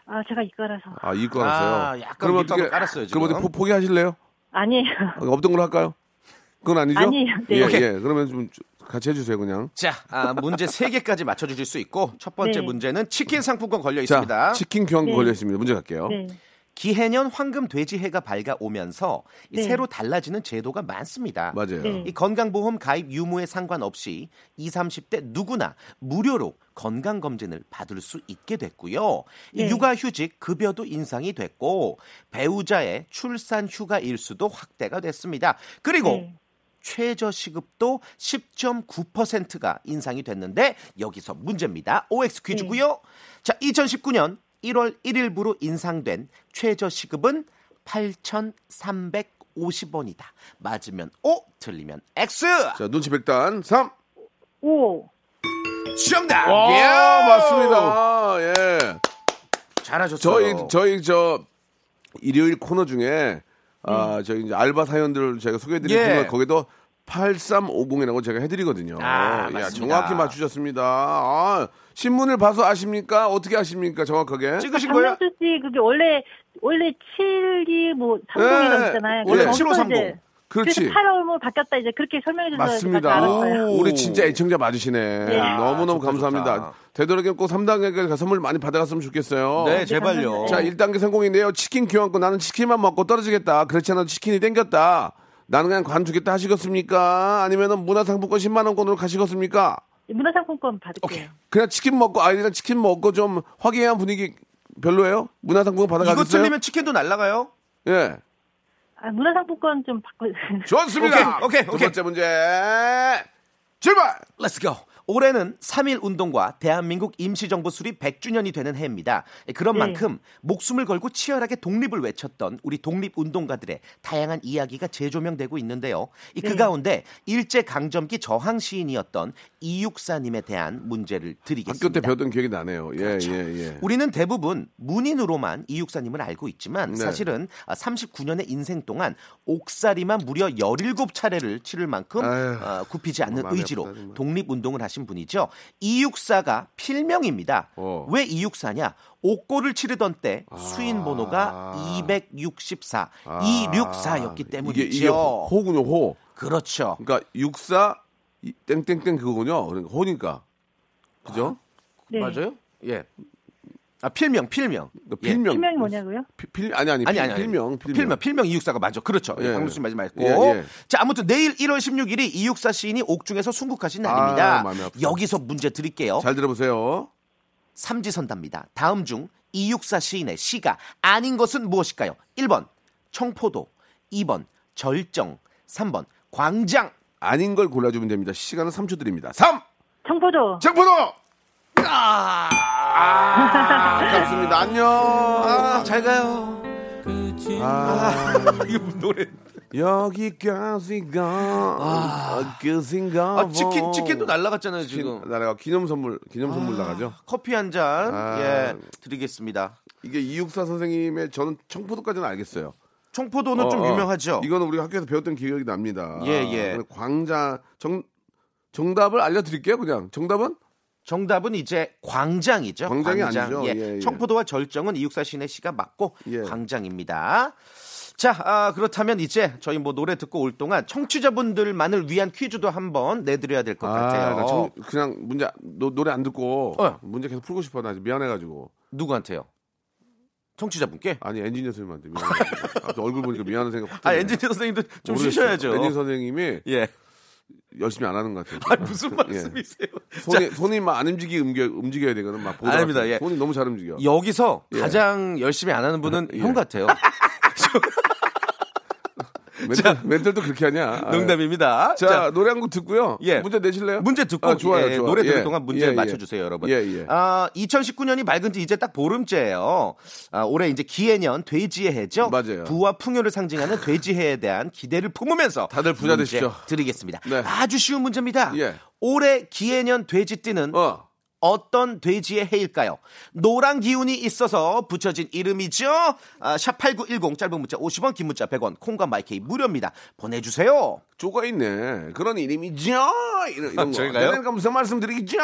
S15: 아 제가 이과라서
S9: 아, 이과라서요.
S8: 아, 약간 밑밥을 깔았어요, 지금.
S9: 그럼 어떻게 포, 포기하실래요?
S15: 아니에요.
S9: 아, 없던 걸로 할까요? 그건 아니죠?
S15: 아니에요. 네.
S9: 예,
S8: 오케이.
S9: 예. 그러면 좀 같이 해 주세요, 그냥.
S8: 자, 아, 문제 세 개까지 맞춰 주실 수 있고 첫 번째
S15: 네.
S8: 문제는 치킨 상품권 걸려
S9: 자,
S8: 있습니다.
S9: 치킨 교환권
S15: 네.
S9: 걸려 있습니다. 문제 갈게요.
S15: 네.
S8: 기해년 황금 돼지해가 밝아오면서 이
S15: 네.
S8: 새로 달라지는 제도가 많습니다.
S9: 맞아요. 네.
S8: 이 건강보험 가입 유무에 상관없이 20, 30대 누구나 무료로 건강검진을 받을 수 있게 됐고요. 이
S15: 네.
S8: 육아휴직 급여도 인상이 됐고 배우자의 출산휴가 일수도 확대가 됐습니다. 그리고
S15: 네.
S8: 최저시급도 10.9%가 인상이 됐는데 여기서 문제입니다. OX 퀴즈고요. 자, 2019년 1월 1일부로 인상된 최저시급은 8,350원이다. 맞으면 O, 틀리면 X.
S9: 자, 눈치 백단 3.
S15: 오.
S8: 정답.
S9: 와, 아,
S8: 예! 아,
S9: 맞습니다. 예. 저희
S8: 잘하셨어요.
S9: 저희 저 일요일 코너 중에 아,
S15: 네.
S9: 저희 이제 알바 사연들을 제가 소개해 드릴
S8: 예.
S9: 예. 거기도 8350이라고 제가 해 드리거든요.
S8: 아,
S9: 야,
S8: 맞습니다.
S9: 정확히 맞추셨습니다. 아, 신문을 봐서 아십니까? 어떻게 아십니까? 정확하게?
S15: 박명수 씨 그게 원래 원래 72, 뭐 30이라고
S9: 예,
S15: 있잖아요.
S9: 예. 원래
S15: 거기서
S9: 7530.
S15: 이제
S9: 그렇지.
S15: 그래서 8월로 바뀌었다 이제 그렇게 설명해
S8: 네,
S15: 주셔서
S9: 맞습니다.
S15: 알았어요.
S9: 오, 우리 진짜 애청자 맞으시네.
S15: 예.
S9: 너무너무
S8: 아, 좋다,
S9: 감사합니다.
S8: 좋다.
S9: 되도록이면 꼭 3단계까지 선물 많이 받아갔으면 좋겠어요.
S8: 네, 제발요.
S9: 자, 1단계 성공이네요. 치킨 교환권 나는 치킨만 먹고 떨어지겠다. 그렇지 않아도 치킨이 땡겼다. 나는 그냥 관두겠다 하시겠습니까? 아니면 문화상품권 10만원권으로 가시겠습니까?
S15: 문화상품권
S8: 예.
S15: 받을게요.
S9: 그냥 치킨 먹고 아이들이랑 치킨 먹고 좀 화기애애한 분위기 별로예요? 문화상품권
S8: 이거
S9: 받아가겠어요?
S8: 틀리면 치킨도 날라가요.
S9: 예.
S15: 아, 문화상품권 좀 바꿔.
S9: 좋습니다.
S8: 오케이, 오케이,
S9: 두
S8: 오케이.
S9: 번째 문제. 출발!
S8: Let's go. 올해는 3.1 운동과 대한민국 임시정부 수립 100주년이 되는 해입니다. 예, 그런
S16: 네.
S8: 만큼 목숨을 걸고 치열하게 독립을 외쳤던 우리 독립운동가들의 다양한 이야기가 재조명되고 있는데요. 이그
S16: 네.
S8: 가운데 일제강점기 저항 시인이었던 이육사님에 대한 문제를 드리겠습니다. 그렇죠.
S9: 학교 때 배웠던 기억이 나네요. 예, 예, 예.
S8: 우리는 대부분 문인으로만 이육사님을 알고 있지만
S9: 네.
S8: 사실은 39년의 인생 동안 옥살이만 무려 17차례를 치를 만큼
S9: 아유,
S8: 어, 굽히지 않는
S9: 마음이
S8: 의지로
S9: 아프다, 정말.
S8: 독립운동을 하신 분이죠. 이육사가 필명입니다.
S9: 어.
S8: 왜 이육사냐? 옥고를 치르던 때
S9: 아.
S8: 수인 번호가 264, 이육사였기 때문이죠.
S9: 이게, 이게 호- 호군요, 호.
S8: 그렇죠.
S9: 그러니까 육사 이- 땡땡땡 그거군요. 그러니까 호니까. 그죠?
S15: 네.
S8: 맞아요? 예. 아, 필명, 필명.
S9: 그러니까 필명.
S15: 실명이 뭐냐고요?
S9: 피- 필, 아니, 아니,
S8: 예. 아니,
S9: 필-
S8: 아니, 아니.
S9: 필명,
S8: 필명, 필명 이육사가 맞아. 그렇죠.
S9: 예.
S8: 예, 박명수 씨 맞지 말고.
S9: 예, 예.
S8: 자, 아무튼 내일 1월 16일이 이육사 시인이 옥중에서 순국하신
S9: 아,
S8: 날입니다.
S9: 마음이 아프다.
S8: 여기서 문제 드릴게요.
S9: 잘 들어보세요.
S8: 삼지선답니다. 다음 중 이육사 시인의 시가 아닌 것은 무엇일까요? 1번 청포도, 2번 절정, 3번 광장.
S9: 아닌 걸 골라주면 됩니다. 시간은 3초 드립니다. 3!
S15: 청포도.
S9: 청포도! 아, 아깝습니다. 안녕. 아,
S8: 잘 가요.
S9: 아,
S8: 이 노래.
S9: 여기까지가 아, 끝인가
S8: 아, 치킨, 치킨도 날라갔잖아요, 지금. 아.
S9: 날아가 기념 선물, 기념 선물 나가죠.
S8: 커피 한 잔.
S9: 아.
S8: 예, 드리겠습니다.
S9: 이게 이육사 선생님의 저는 청포도까지는 알겠어요. 어.
S8: 청포도는 좀 유명하죠.
S9: 이거는 우리 학교에서 배웠던 기억이 납니다.
S8: 예, 예.
S9: 근데 광장 정 정답을 알려드릴게요. 그냥 정답은
S8: 정답은 이제 광장이죠.
S9: 광장이 아니죠.
S8: 예.
S9: 예, 예.
S8: 청포도와 절정은 이육사 시인의 시가 맞고
S9: 예.
S8: 광장입니다. 자, 아, 그렇다면 이제 저희 뭐 노래 듣고 올 동안 청취자분들만을 위한 퀴즈도 한번 내드려야 될 것 같아요. 어.
S9: 나 정- 그냥 문제 노, 노래 안 듣고 문제 계속 풀고 싶어 나 미안해가지고
S8: 누구한테요? 청취자분께?
S9: 아니 엔지니어 선생님한테 미안해. 아, 또 얼굴 보니까 미안한 생각. 확
S8: 아,
S9: 드네.
S8: 엔지니어 선생님도 좀
S9: 모르겠어요.
S8: 쉬셔야죠.
S9: 엔지니어 선생님이
S8: 예.
S9: 열심히 안 하는 것 같아요. 예.
S8: 아, 무슨 말씀이세요?
S9: 손이 손이 막 안 움직이 움겨 움직여야 되거든. 막 보다가
S8: 아닙니다, 예.
S9: 손이 너무 잘 움직여.
S8: 여기서
S9: 예.
S8: 가장 열심히 안 하는 분은 형 같아요.
S9: 멘탈, 멘탈도 그렇게 하냐? 아,
S8: 농담입니다.
S9: 자, 노래 한 곡 듣고요.
S8: 예.
S9: 문제 내실래요?
S8: 문제 듣고
S9: 아, 좋아요,
S8: 예,
S9: 좋아요.
S8: 노래 들을
S9: 예.
S8: 동안 문제
S9: 예, 예.
S8: 맞춰주세요, 여러분.
S9: 예, 예.
S8: 아, 2019년이 맑은 지 이제 딱 보름째예요. 아, 올해 이제 기해년 돼지의 해죠.
S9: 맞아요.
S8: 부와 풍요를 상징하는 돼지해에 대한 기대를 품으면서 다들
S9: 부자 되시죠.
S8: 드리겠습니다.
S9: 네.
S8: 아주 쉬운 문제입니다.
S9: 예.
S8: 올해 기해년 돼지띠는 어. 떤 돼지의 해일까요? 노란 기운이 있어서 붙여진 이름이죠. 아, 샵8910 짧은 문자 50원 긴 문자 100원 콩과 마이케이 무료입니다. 보내주세요.
S9: 쪼가 있네. 그런 이름이죠. 이런, 이런 거.
S8: 아, 저희가요?
S9: 내가 무슨 말씀드리죠.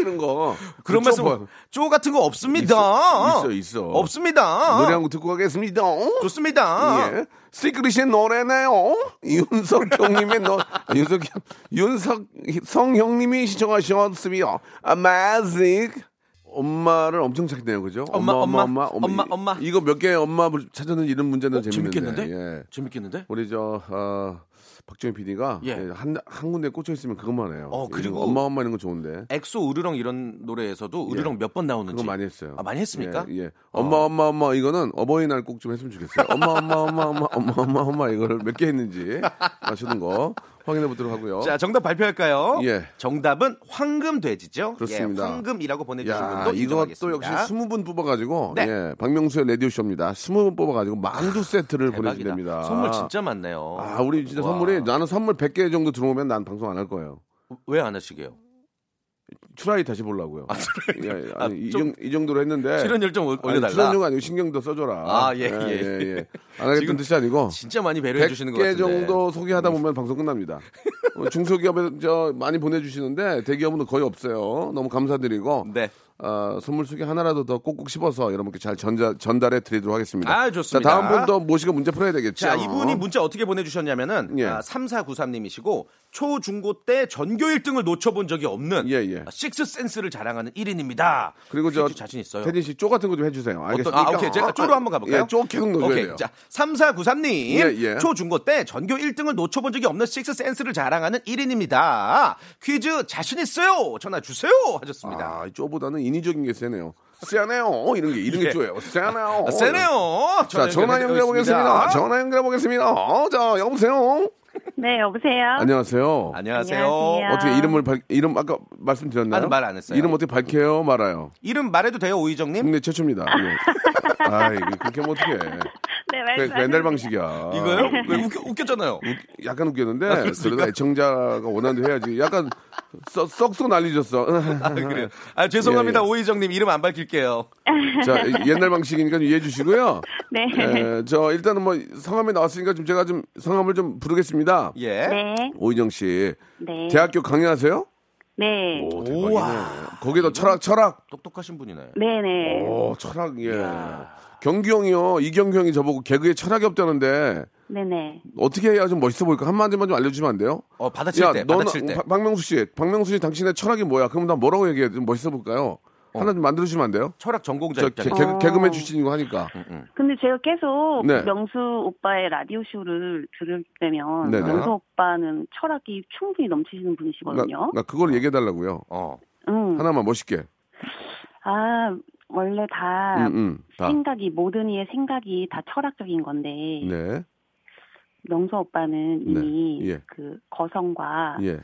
S9: 이런 거.
S8: 그런
S9: 그
S8: 말씀
S9: 쪼가.
S8: 쪼 같은 거 없습니다.
S9: 있어, 있어, 있어.
S8: 없습니다.
S9: 노래 한 곡 듣고 가겠습니다. 어?
S8: 좋습니다.
S9: 예. 시크릿의 노래네요. 윤석 형님의 노 아, 윤석 형- 윤석 성 형님이 신청하셨습니다. Amazing. 엄마를 엄청 찾네요, 그죠?
S8: 엄마, 엄마, 엄마, 엄마. 어,
S9: 이거 몇 개 엄마 물- 찾는 이런 문제는 재밌는데.
S8: 재밌겠는데?
S9: 예.
S8: 재밌겠는데?
S9: 우리 저 어, 박정희 PD가
S8: 예.
S9: 한, 한 군데 꽂혀 있으면 그것만 해요.
S8: 어, 그리고-
S9: 이거 엄마 엄마 이런 거 좋은데.
S8: 엑소 으르렁 이런 노래에서도 으르렁 몇 번 나오는지
S9: 예. 그거 많이 했어요.
S8: 아, 많이 했습니까?
S9: 예. 예. 엄마 엄마 엄마 이거는 어버이날 꼭 좀 했으면 좋겠어요. 엄마 엄마 엄마 엄마 엄마 엄마 엄마 이거를 몇 개 했는지 맞추는 거. 확인해 보도록 하고요.
S8: 자, 정답 발표할까요?
S9: 예.
S8: 정답은 황금 돼지죠.
S9: 그렇습니다.
S8: 예, 황금이라고 보내주신
S9: 야,
S8: 분도
S9: 이것도
S8: 인정하겠습니다.
S9: 역시 20분 뽑아가지고
S8: 네.
S9: 예, 박명수의 라디오 쇼입니다. 20분 뽑아가지고 만두 세트를 보내드립니다.
S8: 선물 진짜 많네요.
S9: 아, 우리 진짜
S8: 와.
S9: 선물이 나는 선물 100개 정도 들어오면 난 방송 안 할 거예요.
S8: 왜 안 하시게요?
S9: 트라이 다시 보려고요. 예, 예,
S8: 아,
S9: 아니, 이,
S8: 좀-
S9: 정, 이 정도로 했는데
S8: 출연료 좀 올-
S9: 예. 아니,
S8: 올려달라.
S9: 출연료가 아니고 신경도 써줘라.
S8: 아, 예, 예, 예.
S9: 안 하겠다는
S8: 지금
S9: 뜻이 아니고
S8: 진짜 많이 배려해 주시는 것 같은데. 네.
S9: 100개 정도 소개하다 보면 방송 끝납니다. 어, 중소기업에 저 많이 보내주시는데 대기업은 거의 없어요. 너무 감사드리고
S8: 네.
S9: 어, 선물 소개 하나라도 더 꼭꼭 씹어서 여러분께 잘 전자, 전달해 드리도록 하겠습니다.
S8: 아, 좋습니다.
S9: 자, 다음 분 더 모시고 문제 풀어야 되겠죠.
S8: 자, 이분이 뭐 문자 어떻게 보내주셨냐면은
S9: 그렇죠. 예.
S8: 아, 3493님이시고 초, 중고 때 전교 1등을 놓쳐본 적이 없는 아, 식스 센스를 자랑하는 1인입니다.
S9: 예, 그리고 저
S8: 자신 있어요.
S9: 태진 씨쪼 같은 거 좀 해주세요. 알겠습니까?
S8: 어떤- 아, 오케이. 제가 쪼로 한번 가볼까요?
S9: 예, 쪼 계속 넣어줘야
S8: 오케이.
S9: 돼요.
S8: 자, 3493님.
S9: 예, 예.
S8: 초중고 때 전교 1등을 놓쳐본 적이 없는 식스 센스를 자랑하는 1인입니다. 퀴즈 자신 있어요. 전화 주세요. 하셨습니다.
S9: 아, 쪼보다는 인위적인 게 세네요. 세네요. 어, 이런 게 이런 게
S8: 예.
S9: 쪼예요. 세네요.
S8: 아, 세네요.
S9: 어, 자, 전화 연결해 보겠습니다. 전화 연결해 보겠습니다. 어, 자, 여보세요.
S16: 네, 여보세요.
S8: 아.
S9: 안녕하세요.
S16: 안녕하세요. 안녕하세요.
S9: 어떻게 이름을 밝 이름 아까 말씀드렸나요?
S8: 아직 말안 했어요.
S9: 이름 어떻게 밝혀요? 말아요.
S8: 이름 말해도 돼요, 오희정님?
S9: 국내 최초입니다. 예. 아이, 그렇게 하면 어떡해.
S16: 네,
S9: 그게
S16: 말씀.
S9: 옛날 방식이야.
S8: 이거요? 왜 웃겼, 잖아요
S9: 약간 웃겼는데
S8: 아, 그렇습니까?
S9: 그래도 애청자가 원하는 대로 해야지. 약간 썩- 썩소 날리셨어.
S8: 아, 그래요. 아, 죄송합니다.
S9: 예,
S8: 오희정님 이름 안 밝힐게요.
S9: 자 옛날 방식이니까 좀 이해해 주시고요.
S16: 네.
S9: 예, 저 일단은 뭐 성함이 나왔으니까 좀 제가 좀 성함을 좀 부르겠습니다.
S8: 예.
S16: 네.
S9: 오희정 씨.
S16: 네.
S9: 대학교 강의하세요?
S8: 예.
S16: 네.
S9: 우와. 거기다 철학 철학.
S8: 똑똑하신 분이네.
S16: 네, 네.
S9: 오 철학 예. 경규 형이요. 이경규 형이 저보고 개그에 철학이 없다는데
S16: 네, 네.
S9: 어떻게 해야 좀 멋있어 보일까 한 마디만 좀 알려주면 안 돼요?
S8: 어 받아칠
S9: 야,
S8: 때,
S9: 너는- 어,
S8: 받아칠 때.
S9: 박- 박명수 씨, 박명수 씨 당신의 철학이 뭐야? 그럼 나 뭐라고 얘기해? 좀 멋있어 볼까요? 하나 좀 만들어 주면 안 돼요?
S8: 철학 전공자
S9: 저 개,
S8: 입장에서.
S9: 개, 개그맨 출신이고 하니까.
S16: 음. 근데 제가 계속
S9: 네.
S16: 명수 오빠의 라디오 쇼를 들을 때면
S9: 네네.
S16: 명수 오빠는 철학이 충분히 넘치시는 분이시거든요.
S9: 나, 나 그걸 얘기해 달라고요.
S8: 어.
S16: 음.
S9: 하나만 멋있게.
S16: 아, 원래 다
S9: 음, 음, 다.
S16: 생각이 모든 이의 생각이 다 철학적인 건데
S9: 네.
S16: 명수 오빠는 이미
S9: 네. 예.
S16: 그 거성과
S9: 예.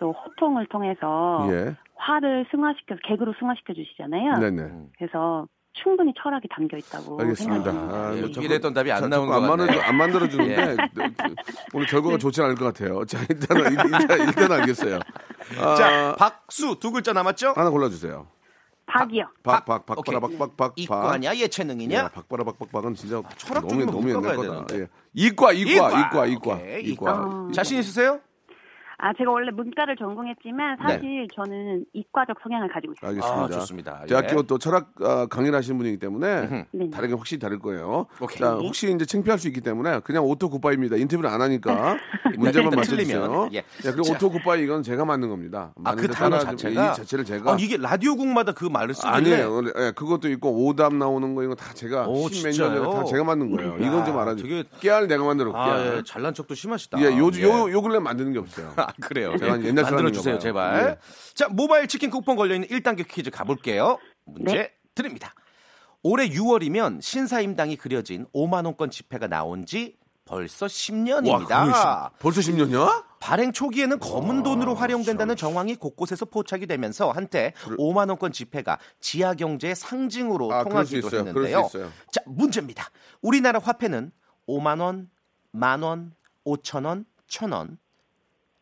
S16: 또 호통을 통해서
S9: 예.
S16: 화를 승화시켜서 개그로 승화시켜 주시잖아요.
S9: 네네.
S16: 그래서 충분히 철학이 담겨 있다고
S9: 알겠습니다.
S16: 생각합니다.
S9: 아,
S8: 예,
S9: 뭐 자꾸-
S8: 이랬던 답이 안
S9: 자,
S8: 나오는
S9: 자꾸
S8: 것
S9: 안
S8: 같네.
S9: 만들- 안 만들어주는데 그,
S8: 예.
S9: 오늘 결과가 좋지 않을 것 같아요. 자 일단은 일단, 일단 알겠어요. 아,
S8: 자, 박수 두 글자 남았죠?
S9: 하나 골라주세요.
S16: 박이요.
S9: 박 박 박바라 박박박
S8: 이과냐 예체능이냐? 아,
S9: 박바라 박박박은 진짜
S8: 철학
S9: 너무
S8: 쪽이면
S9: 너무
S8: 못
S9: 옛날
S8: 가봐야
S9: 거다.
S8: 되는데.
S9: 예. 이과 이과
S8: 이과,
S9: 이과 이과
S8: 오케이,
S9: 이과.
S8: 자신 있으세요?
S16: 아, 제가 원래 문과를 전공했지만 사실 저는 이과적 성향을 가지고 있어요.
S9: 알겠습니다.
S8: 아, 좋습니다. 예.
S9: 대학교 또 철학 아, 강의를 하시는 분이기 때문에 다른 게 확실히 다를 거예요. 자, 혹시 이제 창피할 수 있기 때문에 그냥 오토 굿바이입니다. 인터뷰를 안 하니까 문제만
S8: 일단
S9: 맞춰주세요.
S8: 틀리면, 예.
S9: 예, 그리고
S8: 자.
S9: 오토 굿바이 이건 제가 만든 겁니다.
S8: 아, 그
S9: 만드는
S8: 단어
S9: 따라-
S8: 자체가
S9: 이 자체를 제가
S8: 아, 이게 라디오국마다 그 말을 쓰길래
S9: 아니에요. 예, 그것도 있고 오답 나오는 거 이거 다 제가
S8: 오,
S9: 십몇 년
S8: 진짜요?
S9: 전에 다 제가 만든 거예요. 이건 좀
S8: 야,
S9: 알아주세요. 깨알 내가 만들었고.
S8: 아, 예, 잘난 척도 심하시다.
S9: 예, 요,
S8: 예.
S9: 요, 요 근래 만드는 게 없어요.
S8: 아, 그래요.
S9: 제가
S8: 예.
S9: 옛날
S8: 만들어 주세요,
S9: 사람인가 봐요.
S8: 제발.
S9: 예.
S8: 자, 모바일 치킨 쿠폰 걸려 있는 1단계 퀴즈 가볼게요. 문제
S9: 네.
S8: 드립니다. 올해 6월이면 신사임당이 그려진 5만 원권 지폐가 나온 지 벌써 10년입니다.
S9: 와, 그거 십- 벌써 10년이야?
S8: 발행 초기에는 검은 돈으로 활용된다는 정황이 곳곳에서 포착이 되면서 한때 5만 원권 지폐가 지하 경제의 상징으로
S9: 아, 그럴 수
S8: 통하기도
S9: 있어요. 그럴 수
S8: 했는데요.
S9: 있어요.
S8: 자, 문제입니다. 우리나라 화폐는 5만 원, 만 원, 5천 원, 천 원,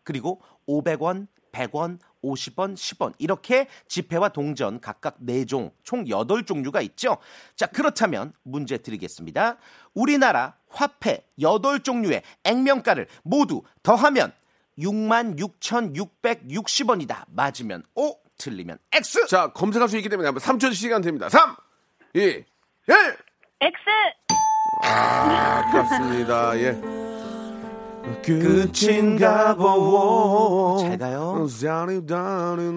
S8: 그리고 500원, 100원, 50원, 10원 이렇게 지폐와 동전 각각 4종, 총 8종류가 있죠. 자, 그렇다면 문제 드리겠습니다. 우리나라 화폐 8종류의 액면가를 모두 더하면 66,660원이다. 맞으면 O, 틀리면 X.
S9: 자, 검색할 수 있기 때문에 3초 시간 됩니다. 3, 2, 1.
S16: X.
S9: 아, 그렇습니다. 예.
S8: 끝인가 보오. 잘
S9: 아,
S8: 가요.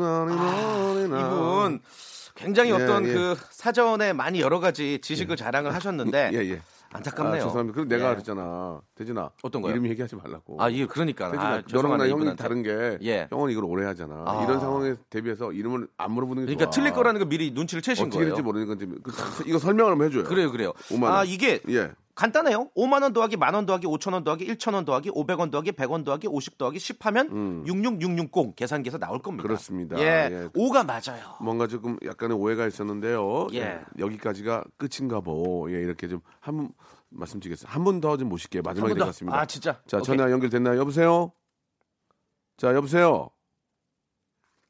S8: 아, 이분 굉장히
S9: 예,
S8: 어떤
S9: 예.
S8: 그 사전에 많이 여러 가지 지식을 자랑을 하셨는데
S9: 예, 예.
S8: 안타깝네요.
S9: 아, 죄송합니다. 그리고 내가
S8: 예.
S9: 그랬잖아. 대진아.
S8: 어떤 거요?
S9: 이름 얘기하지 말라고.
S8: 아, 예, 그러니까.
S9: 대진아,
S8: 아,
S9: 뭐, 너랑
S8: 죄송합니다,
S9: 나 형이
S8: 이분한테.
S9: 다른 게
S8: 예.
S9: 형은 이걸 오래 하잖아.
S8: 아.
S9: 이런 상황에 대비해서 이름을 안 물어보는 게
S8: 그러니까
S9: 좋아.
S8: 틀릴 거라는 거 미리 눈치를 채신
S9: 어떻게
S8: 거예요.
S9: 될지 모르니까 지금 그- 이거 그, 설명을 한번 해줘요.
S8: 그래요, 그래요.
S9: 5만 원.
S8: 아 이게
S9: 예.
S8: 간단해요. 5만 원 더하기 만 원 더하기 5천 원 더하기 1천 원 더하기 500원 더하기 100원 더하기 50 더하기 10 하면 66660 계산기에서 나올 겁니다.
S9: 음. 그렇습니다.
S8: 예. 5가 맞아요.
S9: 뭔가 조금 약간의 오해가 있었는데요.
S8: 예.
S9: 예, 여기까지가 끝인가 보. 예, 이렇게 좀 한 말씀드리겠습니다. 한 분 더 좀 모실게요. 마지막이
S8: 한분 더.
S9: 될 것 같습니다.
S8: 아, 진짜?
S9: 자,
S8: 오케이.
S9: 전화 연결됐나요? 여보세요? 자, 여보세요?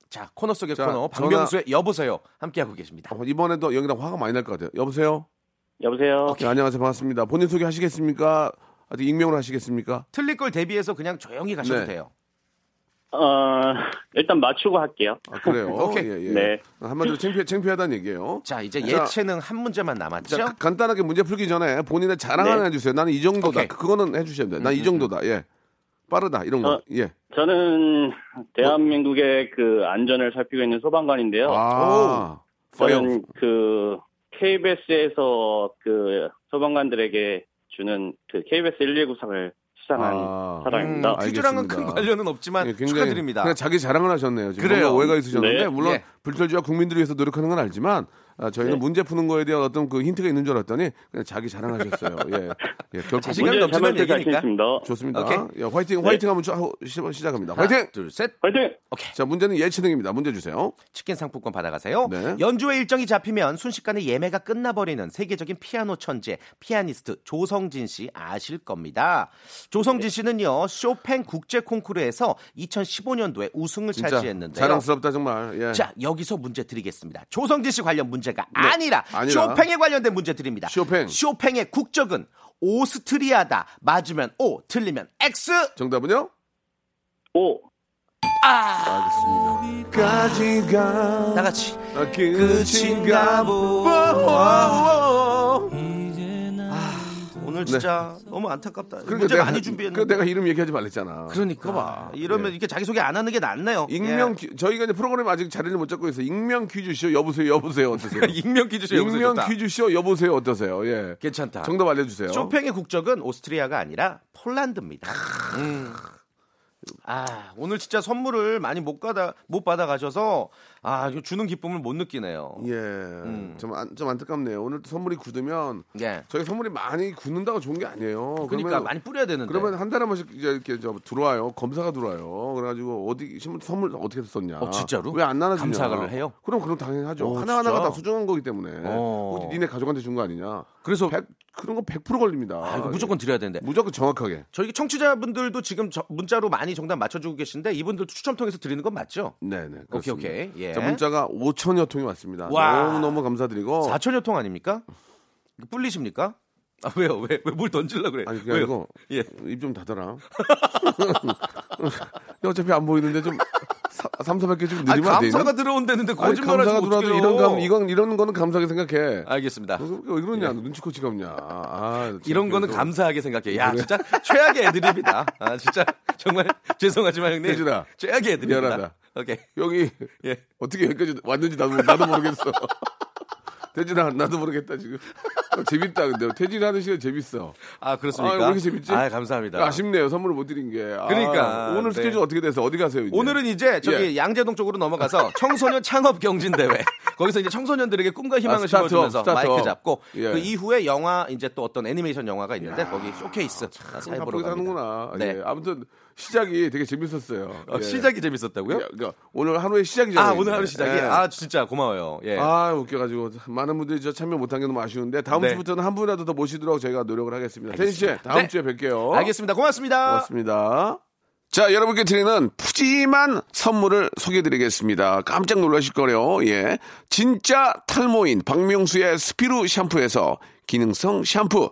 S8: 자, 코너 속의
S9: 자,
S8: 코너
S9: 전화-
S8: 박명수의 여보세요 함께하고 계십니다.
S9: 어, 이번에도 여기랑 화가 많이 날 것 같아요. 여보세요?
S12: 여보세요?
S9: 네, 안녕하세요. 반갑습니다. 본인 소개 하시겠습니까? 아직 익명으로 하시겠습니까?
S8: 틀릴 걸 대비해서 그냥 조용히 가셔도
S9: 네.
S8: 돼요.
S17: 어, 일단 맞추고 할게요.
S9: 아, 그래요?
S8: 오케이.
S9: 예, 예.
S17: 네.
S9: 한마디로 창피해, 창피하다는 얘기예요.
S8: 자, 이제
S9: 자,
S8: 예체능 한 문제만 남았죠?
S9: 자, 그- 가- 간단하게 문제 풀기 전에 본인의 자랑
S17: 네.
S9: 하나 해주세요. 나는 이 정도다. 그거는 해주셔야 돼요. 난
S8: 음,
S9: 이 정도다. 예. 빠르다. 이런 거.
S17: 어.
S9: 예.
S17: 저는 대한민국의 그 안전을 살피고 있는 소방관인데요.
S9: 아,
S17: 어. 저는 그 KBS에서 그 소방관들에게 주는 그 KBS 119상을 수상한 사람입니다.
S9: 음,
S8: 퀴즈랑은 큰
S9: 알겠습니다.
S8: 관련은
S9: 예,
S8: 없지만 축하드립니다.
S9: 그냥 자기 자랑을 하셨네요. 지금
S8: 그래요.
S9: 뭔가 오해가 있으셨는데
S8: 네.
S9: 물론
S8: 예.
S9: 불철주와 국민들을 위해서 노력하는 건 알지만 아, 저희는
S17: 네.
S9: 문제 푸는 거에 대한 어떤 그 힌트가 있는 줄 알았더니 그냥 자기 자랑하셨어요. 예, 예 결국
S17: 자신감이 문제 넘치는 잡을 때 얘기니까. 자신 있습니다.
S9: 좋습니다.
S17: 오케이.
S9: 예, 화이팅,
S17: 네.
S9: 화이팅 하면 쭉 하고 시- 시작합니다.
S8: 하나,
S9: 화이팅,
S8: 둘, 셋.
S17: 화이팅.
S8: 오케이.
S9: 자, 문제는 예체능입니다. 문제 주세요.
S8: 치킨 상품권 받아가세요.
S9: 네.
S8: 연주회 일정이 잡히면 순식간에 예매가 끝나버리는 세계적인 피아노 천재 피아니스트 조성진 씨 아실 겁니다.
S9: 네.
S8: 조성진 씨는요 쇼팽 국제 콩쿠르에서 2015년도에 우승을
S9: 진짜
S8: 차지했는데요.
S9: 자랑스럽다 정말. 예.
S8: 자 여기서 문제 드리겠습니다. 조성진 씨 관련 문제가 아니라,
S9: 네. 아니라.
S8: 쇼팽에 관련된 문제 드립니다.
S9: 쇼팽.
S8: 쇼팽의 국적은 오스트리아다. 맞으면 O, 틀리면 X.
S9: 정답은요?
S17: O.
S8: 아,
S9: 알겠습니다. 까지가
S8: 다 같이
S9: 그 끝인가
S8: 보. 아, 오늘 진짜 너무 안타깝다. 문제 많이 준비했는데.
S9: 그 네. 그러니까 내가 이름 얘기하지 말랬잖아.
S8: 그러니까.
S9: 봐.
S8: 이러면 이렇게 자기 소개 안 하는 게 낫나요?
S9: 익명
S8: 예.
S9: 퀴- 저희가 이제 프로그램 아직 자리를 못 잡고 있어요. 익명 퀴즈쇼 여보세요 여보세요 어떠세요?
S8: 익명 퀴즈쇼 여보세요
S9: 익명
S8: 좋다.
S9: 퀴즈쇼 여보세요 어떠세요? 예.
S8: 괜찮다.
S9: 정답 알려주세요.
S8: 쇼팽의 국적은 오스트리아가 아니라 폴란드입니다. 음. 아 오늘 진짜 선물을 많이 못 받아 못 받아 가셔서 아 이거 주는 기쁨을 못 느끼네요.
S9: 예. 좀, 안, 좀 안타깝네요. 오늘 또 선물이 굳으면
S8: 음. 예.
S9: 저희 선물이 많이 굳는다고 좋은 게 아니에요.
S8: 그러니까 많이 뿌려야 되는데.
S9: 그러면 한 달에 한 번씩 이제 이렇게 저 들어와요. 검사가 들어와요. 그래가지고 어디 신문 선물 어떻게 썼냐.
S8: 어, 진짜로?
S9: 왜 안 나눠주냐.
S8: 감사를 해요?
S9: 그럼 그럼 당연히 하죠.
S8: 오,
S9: 하나 하나가
S8: 진짜?
S9: 다 소중한 거기 때문에.
S8: 어.
S9: 혹시 니네 가족한테 준 거 아니냐.
S8: 그래서
S9: 그런 거 100% 걸립니다. 예.
S8: 아, 이거 무조건 드려야 되는데.
S9: 무조건 정확하게.
S8: 저희 청취자분들도 지금 저- 문자로 많이 정답 맞춰주고 계신데 이분들도 추첨 통해서 드리는 건 맞죠?
S9: 네네.
S8: 오케이
S9: 그렇습니다.
S8: 오케이. 예.
S9: 자, 문자가 5천여 통이 왔습니다.
S8: 와.
S9: 너무너무 감사드리고.
S8: 4천여 통 아닙니까? 이거 뿔리십니까? 아 왜요? 왜 왜 뭘 던질라 그래?
S9: 아니 그게
S8: 왜요?
S9: 아니고
S8: 예.
S9: 입 좀 닫아라. 어차피 안 보이는데 좀 3, 400개 좀
S8: 아니,
S9: 느리면 안 되니?
S8: 감사가 들어온다는데 거짓말
S9: 아니,
S8: 하시면
S9: 감사가
S8: 어떡해요?
S9: 들어와도 이런 감 이건 이런 거는 감사하게 생각해.
S8: 알겠습니다. 예.
S9: 왜 그러냐? 눈치코 지겁냐? 아, 진짜
S8: 이런 거는
S9: 그래서-
S8: 감사하게 생각해. 야,
S9: 그래.
S8: 진짜 최악의 애드립이다. 아, 진짜 정말 죄송하지만 형님.
S9: 혜진아.
S8: 최악의 애드립이다.
S9: 미안하다.
S8: 오케이.
S9: 여기
S8: 예.
S9: 어떻게 여기까지 왔는지 나도 나도 모르겠어. 태진아 나도 모르겠다 지금. 어, 재밌다 근데 태진이 하는 시간 재밌어.
S8: 아, 그렇습니까?
S9: 아, 왜 이렇게 재밌지?
S8: 아, 감사합니다.
S9: 아쉽네요 선물을 못 드린 게. 아,
S8: 그러니까. 네.
S9: 오늘 스케줄 어떻게 돼서 어디 가세요? 이제?
S8: 오늘은 이제 저기
S9: 예.
S8: 양재동 쪽으로 넘어가서 청소년 창업 경진 대회. 거기서 이제 청소년들에게 꿈과 희망을
S9: 아, 스타트업,
S8: 심어주면서
S9: 스타트업.
S8: 마이크 잡고
S9: 예.
S8: 그 이후에 영화 이제 또 어떤 애니메이션 영화가 있는데 거기 쇼케이스 사회 보러
S9: 바쁘게
S8: 갑니다.
S9: 사는구나.
S8: 네.
S9: 예, 아무튼 시작이 되게 재밌었어요.
S8: 어,
S9: 예.
S8: 시작이 재밌었다고요?
S9: 예, 그러니까 오늘 하루의 시작이잖아요.
S8: 아, 오늘 하루
S9: 이제.
S8: 시작이
S9: 예.
S8: 아, 진짜 고마워요. 예.
S9: 아, 웃겨가지고 많은 분들이 저 참여 못한 게 너무 아쉬운데 다음
S8: 네.
S9: 주부터는 한 분이라도 더 모시도록 저희가 노력을 하겠습니다. 텐
S8: 알겠습니다.
S9: 씨, 다음
S8: 네.
S9: 주에 뵐게요.
S8: 알겠습니다. 고맙습니다.
S9: 어? 고맙습니다. 자, 여러분께 드리는 푸짐한 선물을 소개해드리겠습니다. 깜짝 놀라실 거래요. 예. 진짜 탈모인 박명수의 스피루 샴푸에서 기능성 샴푸.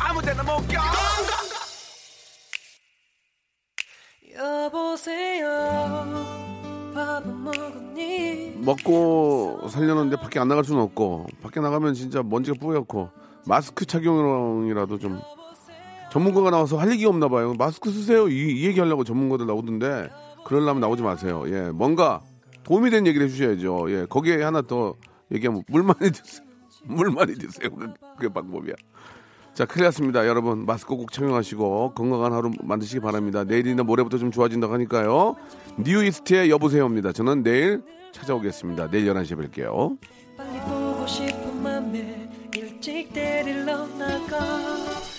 S3: 아무데나 못 껴.
S4: 여보세요 밥은 먹었니
S9: 먹고 살려는데 밖에 안 나갈 수는 없고 밖에 나가면 진짜 먼지가 뿌옇고 마스크 착용이라도 좀 전문가가 나와서 할 얘기가 없나 봐요. 마스크 쓰세요 이, 이 얘기하려고 전문가들 나오던데 그러려면 나오지 마세요. 예, 뭔가 도움이 된 얘기를 해주셔야죠. 예, 거기에 하나 더 얘기하면 물 많이 드세요. 물 많이 드세요. 그- 그게 방법이야. 자, 큰일 났습니다. 여러분, 마스크 꼭 착용하시고 건강한 하루 만드시기 바랍니다. 내일이나 모레부터 좀 좋아진다고 하니까요. 뉴이스트의 여보세요입니다. 저는 내일 찾아오겠습니다. 내일 11시에 뵐게요.
S4: 빨리 보고 싶은 맘에 일찍 데리러 나가 네